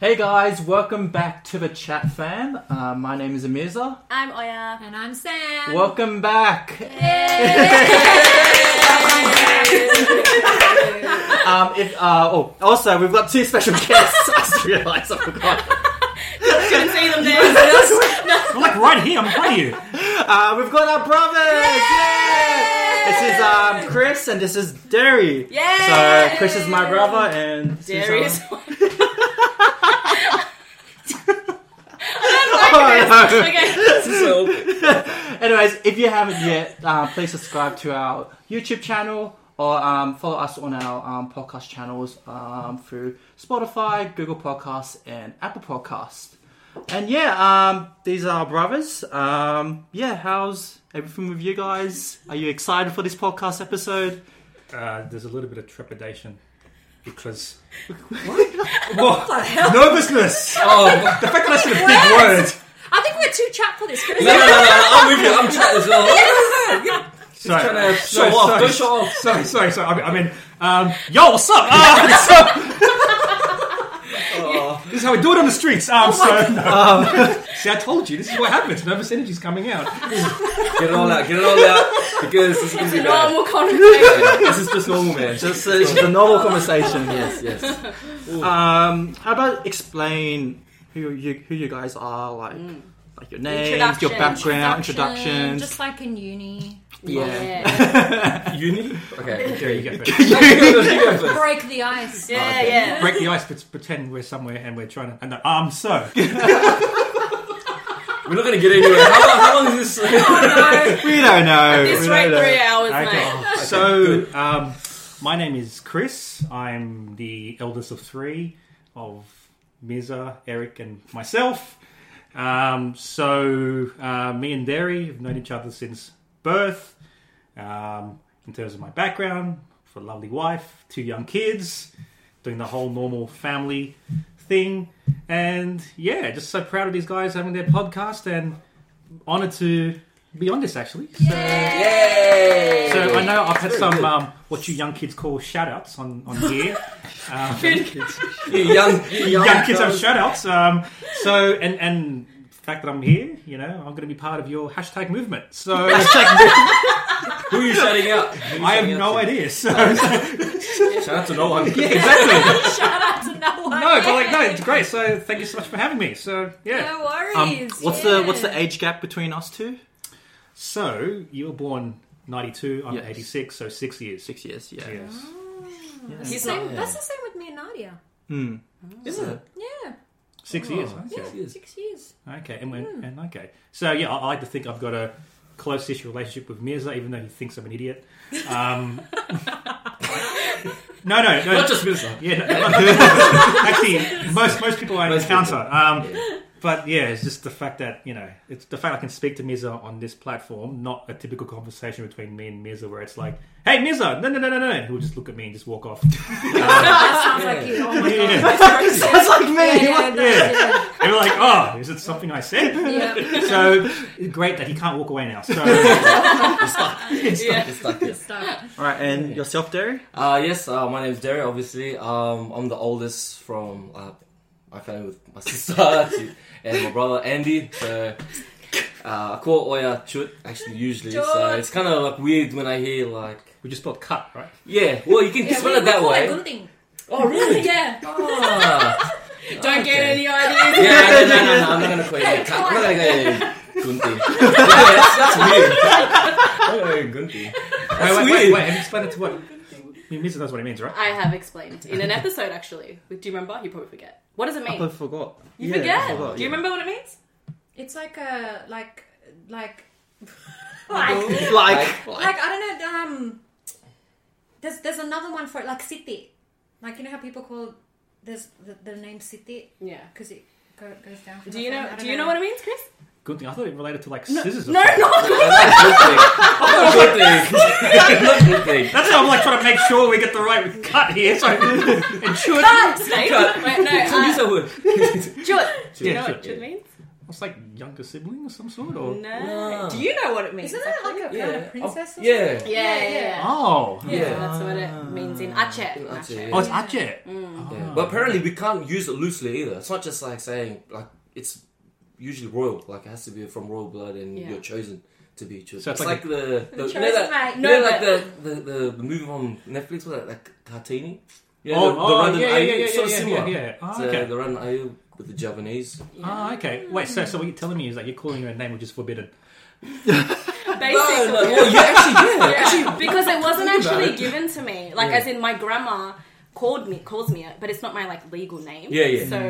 Hey guys, welcome back to the chat fam. Uh, my name is Amirza. I'm Oya. And I'm Sam. Welcome back. Um, if, uh, oh, also, we've got two special guests. I just realised I forgot. Couldn't see them there. I'm like right here. I'm in front of you. Uh, we've got our brothers. Yay! This is um, Chris and this is Derry. Yay! So Chris is my brother and this is, Darius. um, Oh, I don't like this. Okay. Anyways, if you haven't yet, uh, please subscribe to our YouTube channel or um, follow us on our um, podcast channels um, through Spotify, Google Podcasts, and Apple Podcasts. And yeah, um, these are our brothers. Um, yeah, how's everything with you guys? Are you excited for this podcast episode? Uh, there's a little bit of trepidation because what? the hell? Nervousness. Oh, the fact that I said a big word. I think we're too chat for this. No, no, no, no, no, I'm with you. I'm chatting as well. Sorry, trying to show sorry, off. Sorry. Don't show off. Sorry, sorry, sorry. I mean, I mean um, yo, what's up? Uh, Oh. so- this is how we do it on the streets. Um, so, Um. no. See, I told you. This is what happens. Nervous energy's coming out. Get it all out. Get it all out. Because this is going It's to a be bad. normal conversation. This is just normal, man. Just uh, this is a normal conversation. Yes. yes. Um, how about explain who you who you guys are, like like your names, your Introduction. background, introductions. Just like in uni. Yeah. Uni. Okay. There you go. You go first. Break the ice. Oh, Yeah, yeah. break the ice, but pretend we're somewhere and we're trying to. And the, um, so We're not going to get anywhere. How long, how long is this? We don't know. It's we right don't know. three hours, Okay. mate. so um, my name is Chris. I'm the eldest of three of Mirza, Eric, and myself. Um, so uh, me and Derry have known each other since birth. Um, in terms of my background, for a lovely wife, two young kids, doing the whole normal family thing, and yeah, just so proud of these guys having their podcast and honored to be on this actually. So, Yay! so I know I've had Very some good. um, what you young kids call shout outs on, on here. Um, You young, you young, young kids have shout outs. Um, so, and, and the fact that I'm here, you know, I'm going to be part of your hashtag movement. So Who are you shouting out? Who are you I have shouting out no to? idea. So, exactly. Shout out to no one. Shout out to no one. No, but like, no, it's great. So thank you so much for having me. So, yeah. No worries. Um, what's yeah. the what's the age gap between us two? So you were born 92, I'm Yes. 86, so six years. Six years. Yeah. Yes. Yeah. He's Same, not- That's the same with me and Nadia. Mm. Isn't it? Yeah, Six Oh, years. yeah, Okay. it is. six years. Okay. And, when, and okay. So yeah, I, I like to think I've got a close-ish relationship with Mirza, even though he thinks I'm an idiot. Um, no, no, no. Not just Mirza. yeah, no, no. actually, most most people I Most encounter. people. Um, Yeah. But yeah, it's just the fact that you know, it's the fact I can speak to Mirza on this platform, not a typical conversation between me and Mirza where it's like, "Hey, Mirza, no, no, no, no, no," he'll just look at me and just walk off. That sounds like you. Oh my god. Yeah. That's like me. Yeah, what? that's- And we're like, "Oh, is it something I said?" yeah. Yeah. So great that he can't walk away now. So. Yeah. It's like this. Good stuff. All right, and yourself, Derry. Uh, yes, uh, my name's Derry, obviously. Um, I'm the oldest from uh, my family with my sister to- and my brother Andy. So uh, I call Oya Chut, actually, usually. So Chut. it's kind of like weird when I hear, like, We just spelled cut, right? yeah, well, you can Yeah, spell we- it that we call way. Good thing. Oh, really? Yeah. Ah. Don't get Okay. any ideas. Yeah, no, no, no, no, I'm not gonna call it cut. I'm not gonna call it Gunti. Yeah, that's, that's weird. I'm not gonna call it Gunti. That's wait, wait, weird. wait, wait. Have you explained it to what? I mean, Misa knows what it means, right? I have explained in an episode actually. Do you remember? You probably forget. What does I it mean? probably forgot. You Yeah, I forget. forgot, Do you yeah. remember what it means? It's like a like like Like, Like, like I don't know. Um, there's there's another one for it, like city. Like you know how people call there's the, the name city yeah. because it go, goes down. From Do you know? I don't Do you know what it means, Chris? Good thing. I thought it related to like scissors. or No, something. no. Not Gunti. Not Gunti. That's how I'm like trying to make sure we get the right cut here. So and should. Cut. Wait, no. Gunti's Uh, a word. Chut. Do you Yeah, know what chut, chut means? What's like younger sibling of some sort? No. Or No. Do you know what it means? Isn't it like a actually? kind Yeah. of princess? Oh, or something? yeah. Yeah, yeah, yeah. oh, Yeah, Yeah. that's what it means in Aceh. In Aceh, Aceh. yeah. oh, it's Ajit. Yeah. Ah. But apparently we can't use it loosely either. It's not just like saying like it's usually royal. Like it has to be from royal blood and Yeah. you're chosen to be chosen. So it's it's like like, the, the, you know chosen, that, mate. you No, know, but- like the, the, the the movie on Netflix with that like Kartini. You know, Oh, the, the oh, Ronan yeah, yeah, Ayu, yeah, it's sort of yeah, yeah, similar. yeah, yeah. Oh, It's, uh, okay. the Ronan Ayu with the Japanese. Oh, okay. Wait, so so what you're telling me is that you're calling her a name which is forbidden. Basically. No, no, well, you actually yeah. Yeah, because it wasn't Think about actually it. given to me. Like, Yeah. as in, my grandma called me, calls me it, but it's not my like legal name. Yeah, yeah. Mm. So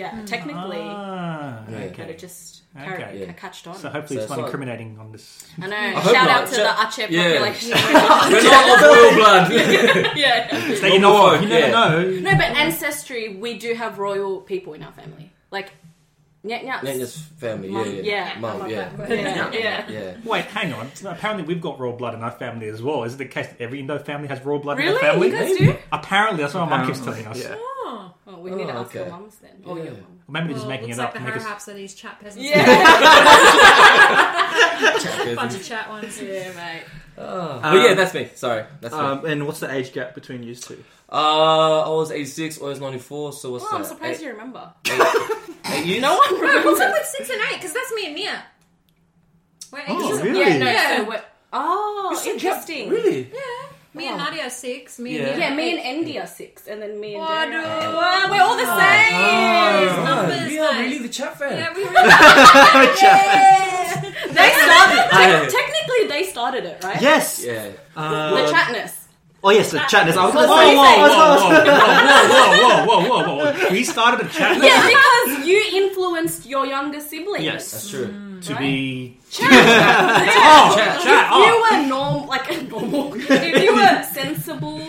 yeah, technically, Ah, Yeah. but okay. it just car- Okay. Yeah. ca- catched on. So hopefully So it's it's not not- incriminating on this. I know. hope Shout not. out to Shout- the Aceh Yeah. population. We're not of royal blood. yeah. That you know of. You never Oh, Yeah. know. No, but ancestry, we do have royal people in our family. Like, yeah, Nanya's family, yeah, Mum, yeah, yeah. mum, Mum, yeah, mum, yeah. yeah. yeah. Wait, hang on. So apparently we've got royal blood in our family as well. Is it the case that every Indo family has royal blood in Really? their family? You guys do? Apparently, that's what um, my mum keeps Apparently, telling us. yeah. Oh. Oh, we need to Oh, ask your okay. mums then. Or Yeah. your mum. Or maybe they're Well, just making looks it like up the to make Harry us. Rhapsody's chat peasants. Yeah, A bunch of chat ones. Yeah, mate. Oh. but Um, yeah, that's me. Sorry, that's me. Um, and what's the age gap between you two? Uh, I was 86, I was 94, so what's oh, that? I'm surprised Eight- you remember. eight years? No one remembers. What's up with six and eight? Because that's me and Mia. We're Oh, ages- really? Yeah, no, Yeah. so we're- oh, interesting. Really? Yeah. Me and Nadia are six. Me Yeah. and Mia. Yeah, me and Andy are six, and then me and What Jerry are- Oh, do- Wow, we're all the same. Oh, numbers, we are mate. really the chat fan. Yeah, we really. yeah. They started. Yeah. te- technically, they started it, right? Yes. Yeah. Uh, Um, The chatness. oh yes, the chatness. I was Whoa, gonna Whoa, say. whoa, Sorry, whoa, sorry. whoa, whoa, whoa, whoa, whoa, whoa. We started a chat Yeah, because you influenced your younger siblings. Yes. That's true. to be. Chat. Chat, If chat, you were norm, like normal, if you were sensible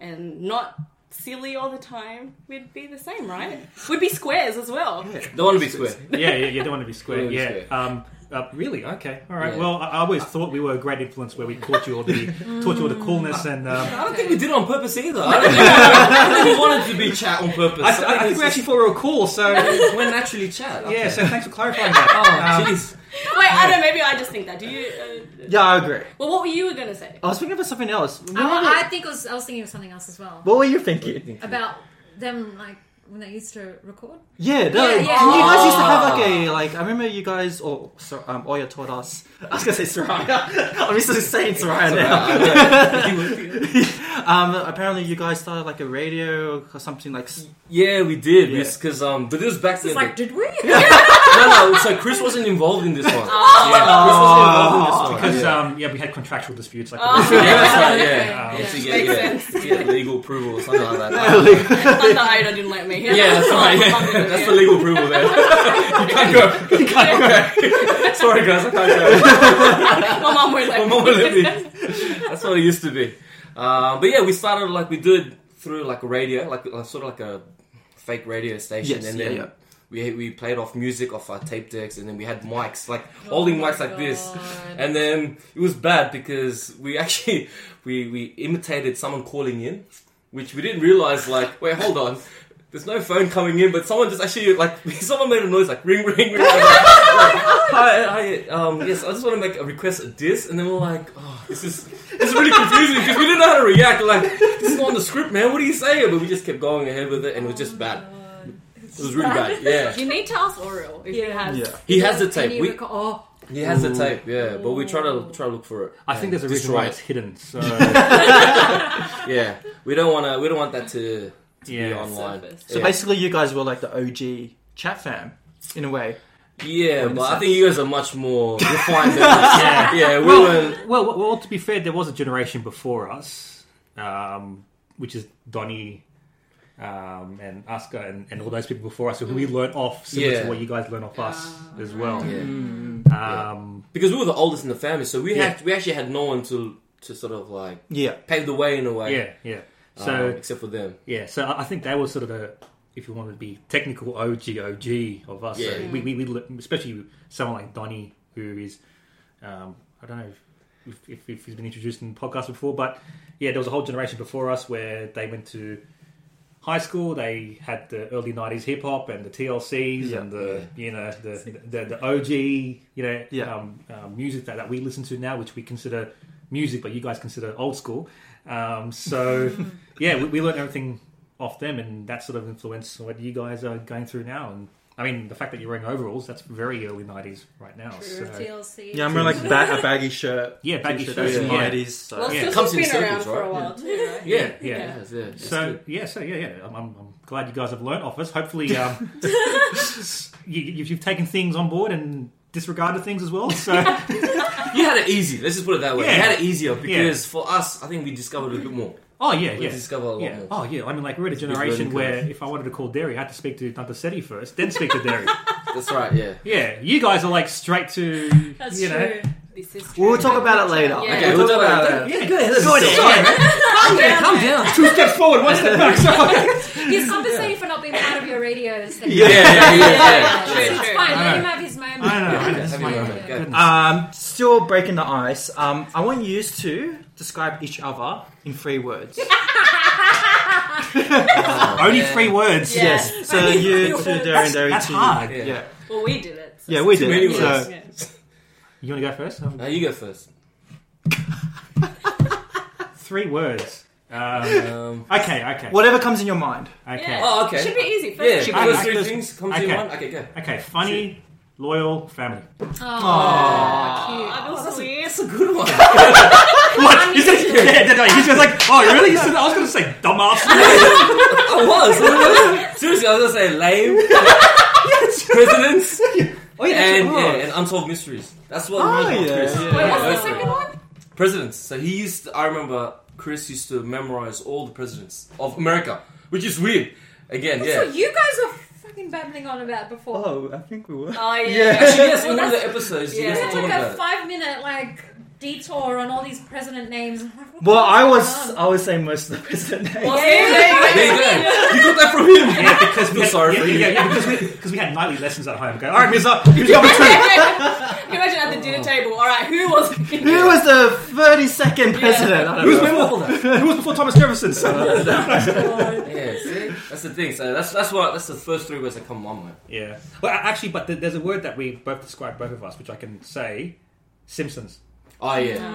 and not silly all the time, we'd be the same, right? We'd be squares as well. Don't want to be square. Yeah, yeah, you don't want to be square. Don't wanna Yeah. be square. Um, uh, really? Okay. All right. Yeah. Well, I I always thought we were a great influence where we taught you all the taught you all the coolness and. Um, I don't think we did it on purpose either. I don't think, I don't think we wanted to be chat on purpose. I, I think we actually thought we were cool. So actually we're naturally chat. Okay. yeah. So thanks for clarifying that. Oh, Um, jeez. Wait, I don't. know, Maybe I just think that. Do you? Uh, Yeah, I agree. well, what were you gonna say? I was thinking about something else. Oh, I, I think it was, I was thinking of something else as well. What were you thinking? About them, like, when they used to record. Yeah, no, Yeah, yeah. you guys used to have like Ah. a like. I remember you guys or so, um, Oya taught us. I was gonna say Soraya. I'm used to saying Soraya now. Um, apparently you guys started like a radio or something like. s- yeah, we did. Yeah. Because um, but this was back It's then. like, did we? no, no. So Chris wasn't involved in this one. Yeah, Chris wasn't involved in Because this one. yeah. um, yeah, we had contractual disputes. Like yeah, that's right, yeah. Um, You have to Makes get, yeah, get legal approval or something like that. Thunder Ida didn't let me. Yeah, that's right. Yeah. That's the legal approval there. you can't go. You can't go. Sorry, guys, I can't go. My mum won't let My me. mom won't let me. That's what it used to be. Uh, but yeah, we started like we did through like a radio, like uh, sort of like a fake radio station, Yes, and yeah, then. yeah. We, we played off music off our tape decks and then we had mics like holding my mics like this God. and then it was bad because we actually we, we imitated someone calling in which we didn't realize like wait hold on there's no phone coming in but someone just actually like someone made a noise like ring ring ring like, hi, hi um, yes I just want to make a request a diss and then we're like oh this is this is really confusing because we didn't know how to react We're like this is not on the script man what are you saying but we just kept going ahead with it and it was just bad it was really bad yeah You need to ask Oriel if you Yeah. have. Yeah. he has the tape Any we, reco- oh, he has the tape yeah but we try to try to look for it I think and there's a reason destroy why it. it's hidden. So Yeah, we don't want to. We don't want that to be yeah, online. Surface. So yeah, basically, you guys were like the OG chat fam in a way. yeah, but I sense. think you guys are much more refined. than us. yeah, yeah, we were. well, well, well, to be fair, there was a generation before us, um, which is Donny um, and Oscar and, and all those people before us who we learnt off, similar Yeah. to what you guys learn off us as well. Yeah. Um, Because we were the oldest in the family, so we Mm. Yeah. had we actually had no one to to sort of like Yeah. pave the way in a way. yeah, yeah. um, So except for them, yeah, so I I think they were sort of the, if you want to be technical OG OG of us. So Yeah. we, we, we le- especially someone like Donny who is, um, I don't know. If, if, if he's been introduced in podcasts before, but yeah, there was a whole generation before us where they went to high school, they had the early '90s hip hop and the TLCs Yeah. and the you know the the, the OG you know Yeah. um, uh, music that, that we listen to now, which we consider music, but you guys consider old school. Um, so yeah, we, we learned everything off them, and that sort of influenced what you guys are going through now. And I mean, the fact that you're wearing overalls—that's very early '90s right now. So. TLC. Yeah, I'm wearing like ba- a baggy shirt. Yeah, baggy t-shirt, shirt, that's yeah. 90s. So. Well, Yeah. yeah. Comes has in been around circles, for a right? while too, right? Yeah, yeah. Yeah. yeah, yeah, it's So good. yeah, so yeah, yeah. I'm, I'm, I'm glad you guys have learnt off us. Hopefully, um, you, you've, you've taken things on board and disregarded things as well. So you had it easy. Let's just put it that way. Yeah. You had it easier because for us, I think we discovered a bit more. oh yeah, We yeah. discovered a lot Yeah. more. Oh yeah. I mean, like we're at a a big generation learning where curve. if I wanted to call Derry, I had to speak to Dante Setti first, then speak to Derry. That's right. Yeah. yeah, you guys are like straight to That's you know. true. This is We'll true. talk about it later. Yeah. Okay, we'll we'll talk talk about it about later. Yeah. Good. Go ahead. Sorry, man. Calm down, Calm man. down. Two steps forward, one step back. He's compensating for not being part of your radios. Yeah, yeah, yeah. Yeah. yeah. It's fine. I Let know. him have his moment. I know. Yeah, Oh, I know. have It's your fine. moment. Go. Goodness. Um, still breaking the ice. Um, I want you to describe each other in three words. Only Yeah. three words. Yeah. Yes. So you to Darren and Derry That's to Ah. hard. Yeah. Yeah. Well, we did it. so- Yeah, we Too many did. So, words. Yeah. You want to go first? Now you go first. Three words. Um, Um, okay. Okay. whatever comes in your mind. Okay. Yeah. oh, okay. Should be easy. yeah, First, first yeah. I- I- three things come to okay. your mind. Okay, go. Okay, funny, loyal family. Oh, Aw, I was weird. That's a good one. What? You said, yeah, yeah, no, he's just like, oh, really? You said, I was going to say dumbass. I was. Seriously, I was gonna say lame. Presidents. Oh yeah. and yeah, and unsolved mysteries. That's what Oh, we yeah, Chris. yeah. Wait, what's that's the second right. one? Presidents. So he used. To, I remember Chris used to memorize all the presidents of America, which is weird. Again, That's yeah. what you guys were fucking babbling on about before. Oh, I think we were. Oh yeah. Actually, yes, Well, in one of that's- the episodes, you yeah. guys It's were talking like a about it. five minute like detour on all these president names. I'm like, what Well, the Oh, I fuck was is going on? I was saying most of the president names. Well, Yeah. there you There you go. You got that from him. yeah, because we Feel had, sorry yeah, for you. yeah, yeah, because we because we had nightly lessons at home. Go, all right, Mister, who's number two? go. Can you imagine at the Oh. dinner table? All right, who was? Who was the 32nd president? I don't Who's know. before that? Who was before Thomas Jefferson? So- Yeah, see, that's the thing. So that's that's what that's the first three words that come to my mind. yeah. Well, a- actually, but th- there's a word that we both describe both of us, which I can say, Simpsons. Oh yeah, I can see that.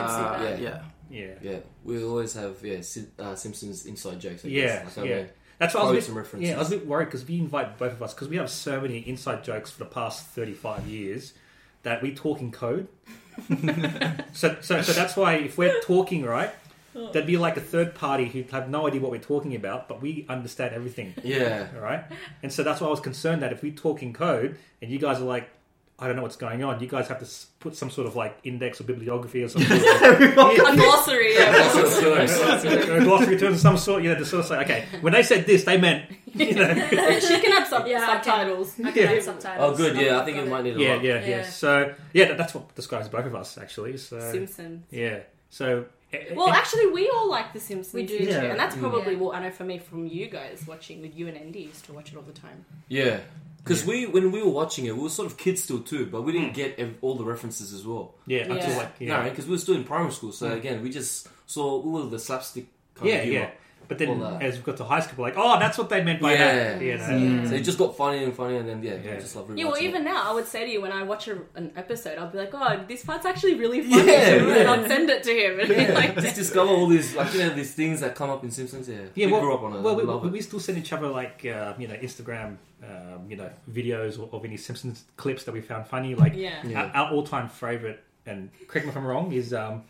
Uh, Yeah. yeah. Yeah, yeah. We always have yeah Sim- uh, Simpsons inside jokes. I yeah, guess. yeah. Like, I mean, That's what I was. Quotes A and bit, references. yeah, I was a bit worried because we invite both of us because we have so many inside jokes for the past thirty-five years that we talk in code. so, so, so that's why if we're talking right, there'd be like a third party who'd have no idea what we're talking about, but we understand everything. yeah. All right, and so that's why I was concerned that if we talk in code and you guys are like. I don't know what's going on. You guys have to s- put some sort of like index or bibliography or something. A glossary. Yeah. That's what it's doing. a glossary terms of some sort. You know, to sort of say, okay, when they said this, they meant, you know. she can have sub- Yeah, I can. subtitles. I can Yeah. add subtitles. Oh, good. Yeah, I think got it might need a yeah, lot. yeah, yeah, Yeah. So yeah, that, that's what describes both of us actually. So Simpson. yeah, so eh, Well, eh, actually, we all like The Simpsons. We do too, Yeah. and that's Mm. probably Yeah. what I know for me from you guys watching with you and Andy used to watch it all the time. Yeah. Because we, when we were watching it, we were sort of kids still too, but we didn't get ev- all the references as well. yeah, until yeah. Mm. like Yeah. yeah, Mm. because we were still in primary school, so again, we just saw all of the slapstick kind yeah, of yeah. humor. But then All that. as we got to high school, we're like, oh, that's what they meant by that. uh, Yeah. You know? So it just got funny and funny, and then yeah, we Mm. Yeah. just love Yeah, well, rewatching even now, I would say to you when I watch a, an episode, I'll be like, "Oh, this part's actually really Yeah, funny," and yeah. I'll send it to him. And it. he's Yeah, like, just discover all these like you know these things that come up in Simpsons. Yeah, Yeah, we well, grew up on it. well, we, love we, it. we still send each other like uh, you know Instagram, um, you know videos of, of any Simpsons clips that we found funny. Like Yeah. Yeah. our, our all-time favorite, and correct me if I'm wrong, is um,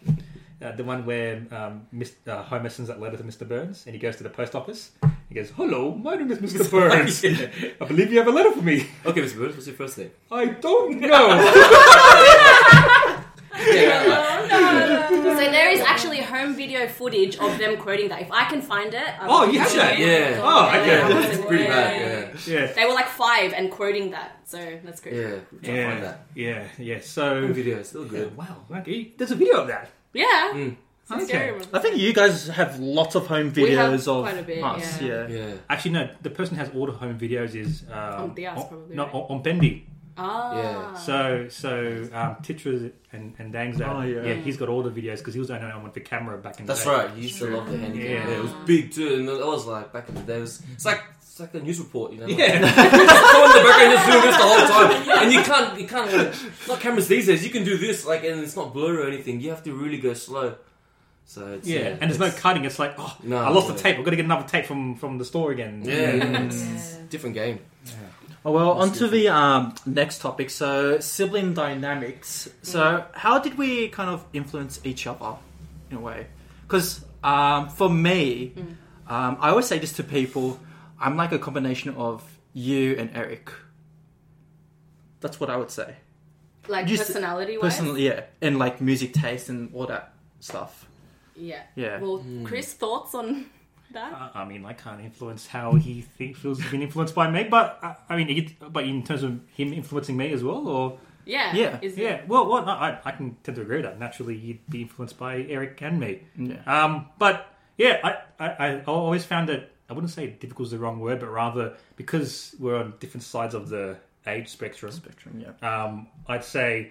uh, the one where um, Mr., uh, Homer sends that letter to Mr. Burns, and he goes to the post office. He goes, "Hello, my name is Mr. Burns. I believe you have a letter for me. Okay, Mr. Bird, what's your first name? I don't know." Yeah, So there is actually home video footage of them quoting that. If I can find it, I Oh, will you have put that? it in. yeah. Oh, okay. yeah, Yeah. it's pretty bad. yeah, They were like five and quoting that, so that's Yeah, great. yeah. Try to find yeah, that yeah, yeah. So video. It's still yeah, good. wow, okay. There's a video of that. Yeah, Mm. It's a scary one. I think you guys have lots of home We have videos of quite a bit, us. yeah. Yeah. Yeah. Actually, no. The person who has all the home videos is um, On Diaz, on- probably, No, right? on on Bendy. Ah. Yeah. So so um, Titra and and Dang's dad, Oh, yeah. he's got all the videos because he was the only one with the camera back in the That's day. right. He used to love the handicap. Yeah. Yeah. it was big too, and that was like back in the day. It was it's like it's like a news report, you know. Like, Yeah. someone in the background just doing this the whole time, and you can't you can't like, it's not cameras these days. You can do this like, and it's not blurry or anything. You have to really go slow. So it's, Yeah, and there's no it's- cutting. It's like, oh, No, I lost yeah. the tape. I've got to get another tape from from the store again. Yeah, Yeah. it's a different game. Oh, well, That's on to the um, next topic. So, sibling dynamics. Mm. So, how did we kind of influence each other in a way? Because um, for me, Mm. um, I always say this to people I'm like a combination of you and Eric. That's what I would say. Like You s- personality wise. Personally, yeah. And like music taste and all that stuff. Yeah. Yeah. Well, Chris, thoughts on that? I I mean, I can't influence how he think, feels he's been influenced by me, but uh, I, I mean, it, but in terms of him influencing me as well, or Yeah. yeah, Is yeah, well, well, no, I, I can tend to agree with that. Naturally, you'd be influenced by Eric and me. Yeah. Um, but yeah, I, I, I always found that I wouldn't say difficult is the wrong word, but rather because we're on different sides of the age spectrum, Spectrum, yeah. um, I'd say,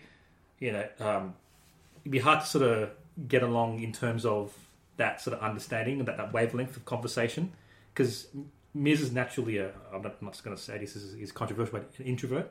you know, um, it'd be hard to sort of get along in terms of that sort of understanding and that, that wavelength of conversation. Because Miz is naturally a, I'm not, I'm not going to say this is, is controversial, but an introvert.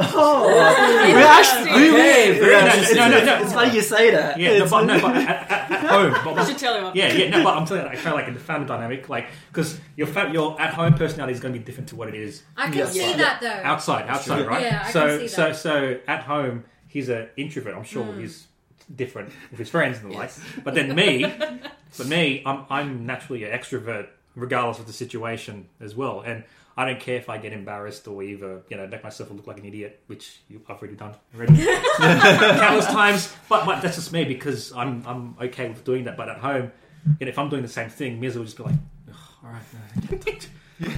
Oh, We're actually. we- we- Hey, very yeah, interesting. no, no, no, it's funny you say that. Yeah, Uh, no, It's- but, no, but at, at, at home. But, You should tell him. yeah, yeah, no, but I'm telling you, I feel like in the family dynamic, like, because your, fam- your at home personality is going to be different to what it is I can Yes. see Yeah. that though. outside, outside, true. right? Yeah, I so, can see that. Hmm. so, so at home, he's an introvert. I'm sure he's different with his friends and the like. But then me, for me, I'm I'm naturally an extrovert, regardless of the situation as well. And I don't care if I get embarrassed or either you know make myself look like an idiot, which you, I've already done already countless times. But but that's just me because I'm I'm okay with doing that. But at home, you know, if I'm doing the same thing, Miz will just be like, "Ugh, all right. no,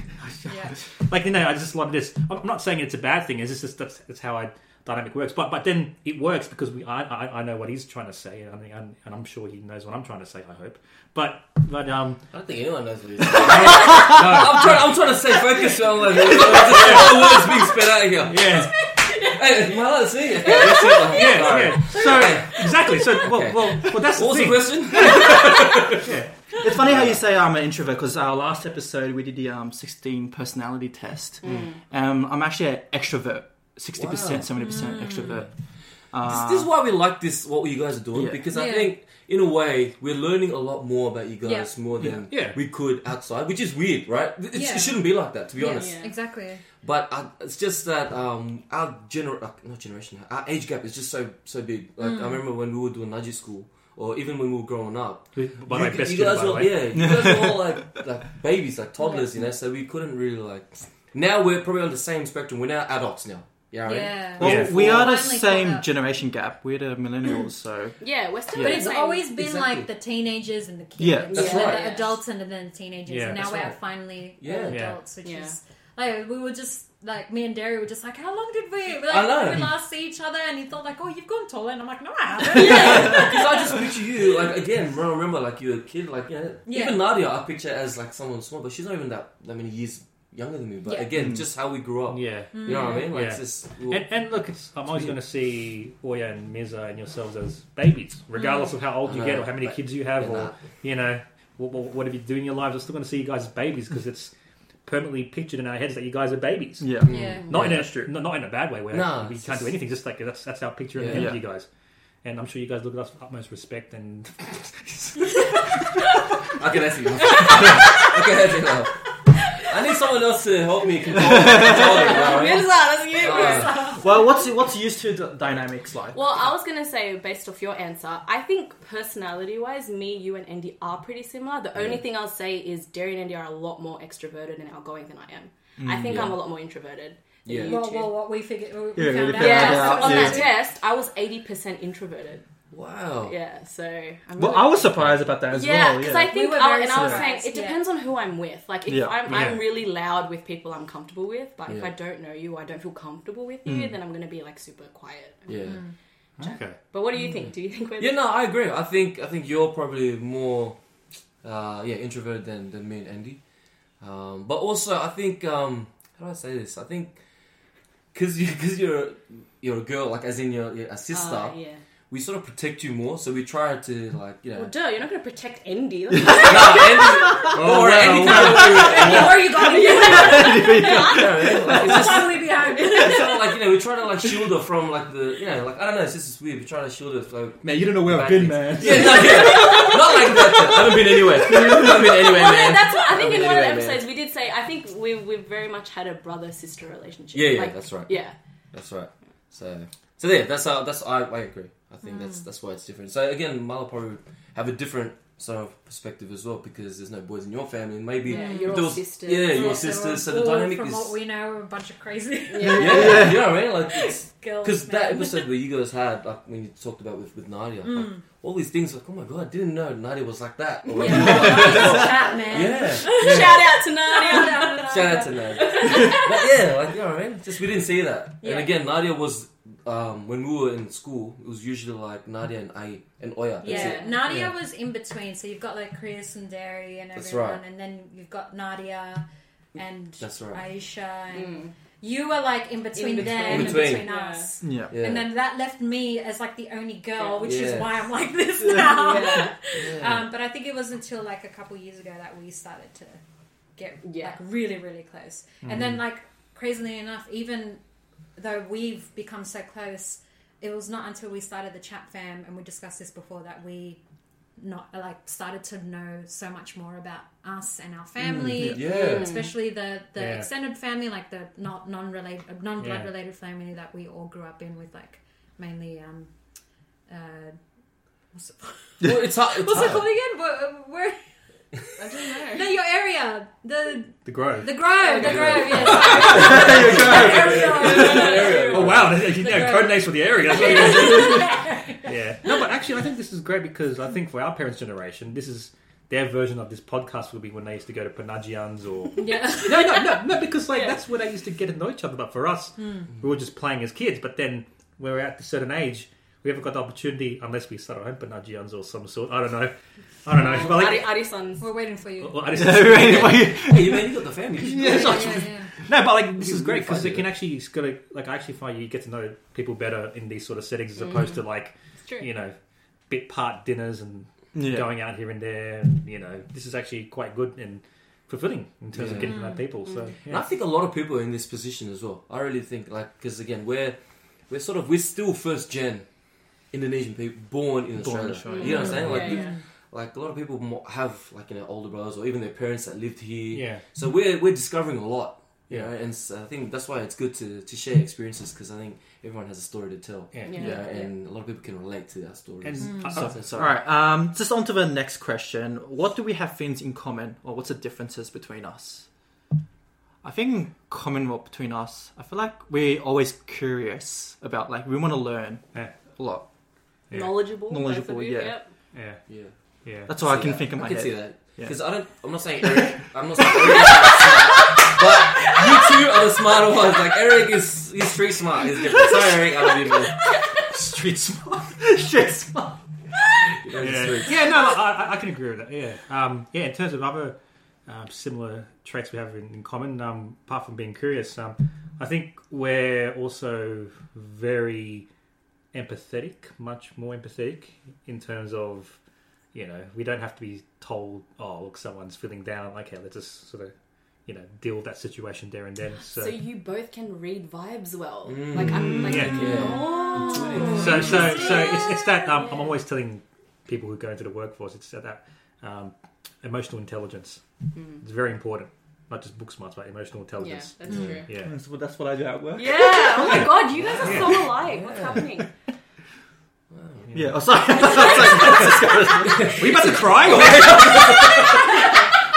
Yeah. like you know, I just love this. I'm I'm not saying it's a bad thing. It's just that's, that's how I dynamic works. But but then it works because we I I, I know what he's trying to say, and, I- and and I'm sure he knows what I'm trying to say. I hope. But but um, I don't think anyone knows what it is. I'm trying. I'm trying to stay focused. on like, the words being spit out here. yeah, Hey, my last thing. Okay, that's it. yeah, Sorry. yeah. So exactly. So well, Okay. well, well, that's What was the thing. question? It's funny how you say I'm an introvert because our last episode we did the um, 16 personality test. Um, I'm actually an extrovert, 60%, Wow. 70% extrovert. Uh, This, Ah. this is why we like this, what you guys are doing, Yeah. because I Yeah. think, in a way, we're learning a lot more about you guys more than Yeah. Yeah. we could outside, which is weird, right? It, it's- Yeah. it shouldn't be like that, to be Yeah, honest. Yeah. Exactly. But uh it's just that um, our gener- uh, not generation, our age gap is just so so big. Like Mm. I remember when we were doing Naji school, or even when we were growing up. By the way, you, best you kid, guys by the were way. yeah, you guys were all like like babies, like toddlers, you know. So we couldn't really like. Now we're probably on the same spectrum. We're now adults now. Yeah, right? Yeah. Well, Yeah. we are the Finally caught same up. generation gap. We're the millennials, so Yeah, we're still Yeah. But the it's same. always been Exactly. like the teenagers and the kids, Yeah, and that's then right. the adults and then the teenagers, Yeah, and now that's we're right. finally Yeah. all Yeah. adults, which Yeah. is like we were just like me and Derry were just like, how long did we like I know. did we last see each other? And he thought like, oh, you've gone taller, and I'm like, no, I haven't. Because I just picture you, like, again, I remember, like, you're a kid, like, yeah, Yeah. even Nadia, I picture as, like, someone small, but she's not even that, that many years younger than me. But Yeah. Mm. again, just how we grew up. Mm. yeah. You know what I mean? Like, Yeah. it's just. And, and look, it's, I'm always going to see Oya and Miza and yourselves as babies, regardless of how old you I get know, or how many but- kids you have yeah, nah. or, you know, what, what, whatever you do in your lives. I'm still going to see you guys as babies because it's permanently pictured in our heads that you guys are babies. yeah. yeah. Not, Yeah, that's in a, true. not, not in a bad way where Nah, we it's can't do just- anything, just like that's, that's our picture in the Yeah. head of Yeah. you guys. And I'm sure you guys look at us with utmost respect and okay, that's enough. okay, that's enough. I need someone else to help me control, control it, you know what I mean? Mirza, that's you. Uh, Well, what's what's used to the dynamics like? Well, I was gonna say based off your answer, I think personality-wise, me, you, and Andy are pretty similar. The only thing I'll say is Derry and Andy are a lot more extroverted and outgoing than I am. Mm, I think I'm a lot more introverted. than Yeah. you Well, two. well, what we figured, we Yeah, we found found out. yeah. Yeah, So on yeah. that test, I was eighty percent introverted. wow. Yeah. So I'm Well, really- I was surprised about that as yeah, well. because Yeah, I think, We were I- very and I was saying, surprised, it yeah. depends on who I'm with. Like, if Yeah. I'm, Yeah. I'm really loud with people I'm comfortable with, but if Yeah. I don't know you, I don't feel comfortable with you, Mm. then I'm going to be like super quiet. Yeah. okay. But what do you think? Do you think we're Yeah, no, I agree. I think I think you're probably more, uh, yeah, introverted than, than me and Andy. Um, but also, I think um, how do I say this? I think because you because you're you're a girl, like as in you're, you're a sister. Ah, yeah. We sort of protect you more, so we try to like you know. Well, duh, you're not gonna protect Endy. That's Nah, Andy- Oh, or Andy can't do it. Where you going? Yeah, like, it's That's just- why we behind. it's sort of like you know, we try to like shield her from like the you know, like I don't know, it's just weird. We try to shield her from Man, you don't know where Bad I've been, things. man. Yeah, no, yeah. not like that. though. I haven't been anywhere. I haven't been anywhere, man. what I think in one of the Anyway, man. episodes we did say. I think we we very much had a brother sister relationship. Yeah, yeah, Like, that's right. yeah. That's right. So, so yeah, that's how. That's I, I agree. I think Mm. that's that's why it's different. So again, Marla probably would have a different sort of perspective as well because there's no boys in your family, and maybe Yeah, if you're there all was- sisters. Yeah, Yeah, your so sisters. So all the dynamic from is. what we know, we're a bunch of crazy yeah, Yeah. yeah, you know what I mean? Like, it's, girls. Because that man. episode where you guys had, like when you talked about with, with Nadia, like, Mm. all these things, like, oh my god, I didn't know Nadia was like that. Or, Yeah. Chat, man. yeah. Shout out to Nadia. Shout out to Nadia. but yeah, like, you know what I mean? Just we didn't see that. Yeah. And again, Nadia was, um, when we were in school, it was usually like Nadia and I and Oya. That's Yeah, it. Nadia Yeah. was in between. So you've got like Chris and Derry and That's everyone, right. and then you've got Nadia and That's right. Aisha. And Mm. You were like in between, between. them In and between. between Yeah. us. Yeah. Yeah. And then that left me as like the only girl, which Yeah. is why I'm like this now. Yeah. yeah. Um, but I think it was until like a couple years ago that we started to get Yeah. like really, really close. And then like crazily enough, even though we've become so close, it was not until we started the chat fam and we discussed this before that we not like started to know so much more about us and our family. yeah. Especially the, the Yeah. extended family, like the not non related non blood Yeah. related family that we all grew up in with like mainly um uh what's it, Well, it's hard. It's what's it hard. called again? Where, where I don't no, your area. The The Grove. the Grove. The Okay. Grove, yes. There you go. Area. Oh wow, you know, Grove. code names for the area. That's what it is. yeah. No, but actually, I think this is great because I think for our parents' generation, this is their version of this podcast would be when they used to go to Panagians or yeah. no, no, no, no, because like that's where they used to get to know each other. But for us, Hmm. we were just playing as kids. But then when we're at a certain age, we haven't got the opportunity unless we start our own Panagians or some sort. I don't know. I don't know. But know. Ari, like, Ari sons. We're waiting for you. well, I just- Anyway, Hey, man, you got the family. Yeah. Yeah, yeah, yeah. No, but like this You is can great really because find you it. can actually it's gotta, like I actually find you get to know people better in these sort of settings Mm. as opposed to like It's true. you know bit part dinners and Yeah. going out here and there. And, you know, this is actually quite good and fulfilling in terms of Yeah. getting to know people. So And I yeah. think a lot of people are in this position as well. I really think, like, because again, we're we're sort of we're still first gen Indonesian people born in Born in Australia. Australia. You know what I'm saying? Like, Yeah, you- yeah. like a lot of people mo- have like you know older brothers or even their parents that lived here. yeah. So we're we're discovering a lot. You Yeah. know, and so I think that's why it's good to, to share experiences because I think everyone has a story to tell. Yeah. You Yeah. know, and a lot of people can relate to that story. And so, uh, so, All sorry. right. Um, just on to the next question. What do we have things in common, or what's the differences between us? I think in common what between us. I feel like we're always curious about like we want to learn Yeah. a lot. Yeah. Knowledgeable. both Knowledgeable, of you, yeah. Yep. yeah, Yeah. yeah. That's all I see can that. think in my I can head. see that Yeah. because I don't. I'm not saying Eric. I'm not saying Eric. is smart, but you two are the smarter ones. Like Eric is he's street smart. He's different. Sorry, Eric. I love you, man. Street smart. Street smart. You're yeah. street. Yeah, no, no, I, I- I can agree with that. Yeah, um, yeah. In terms of other um, similar traits we have in, in common, um, apart from being curious, um, I think we're also very empathetic, much more empathetic in terms of, you know, we don't have to be told, oh, look, someone's feeling down. Okay, let's just sort of, you know, deal with that situation there and then. So, So you both can read vibes well. Mm. Like I'm like Yeah. Yeah. Oh. so, so, so it's, it's that um, I'm always telling people who go into the workforce it's that, that um, emotional intelligence. Hmm. It's very important, not just book smarts, but emotional Yeah, intelligence. Mm. that's true. Yeah, That's what, that's what I do at work. Yeah. Oh my god, you guys are so alike. What's Yeah. happening? Wow, Yeah. Oh, sorry. Were you about to cry? Or?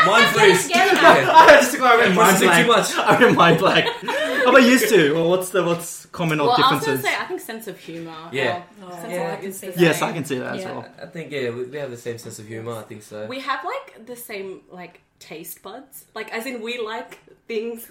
Mind freeze. Get it Yeah. I just I went mind Processing too blank. much. I went mind blank. How about you two? Well, what's the what's common or Well, I was differences? gonna say I think sense of humor. Yeah. Oh, sense of Yeah, I humor can is see the that. yes, same. I can see that as Yeah. well. I think yeah, we, we have the same sense of humor. I think so. We have like the same like taste buds, like as in we like things.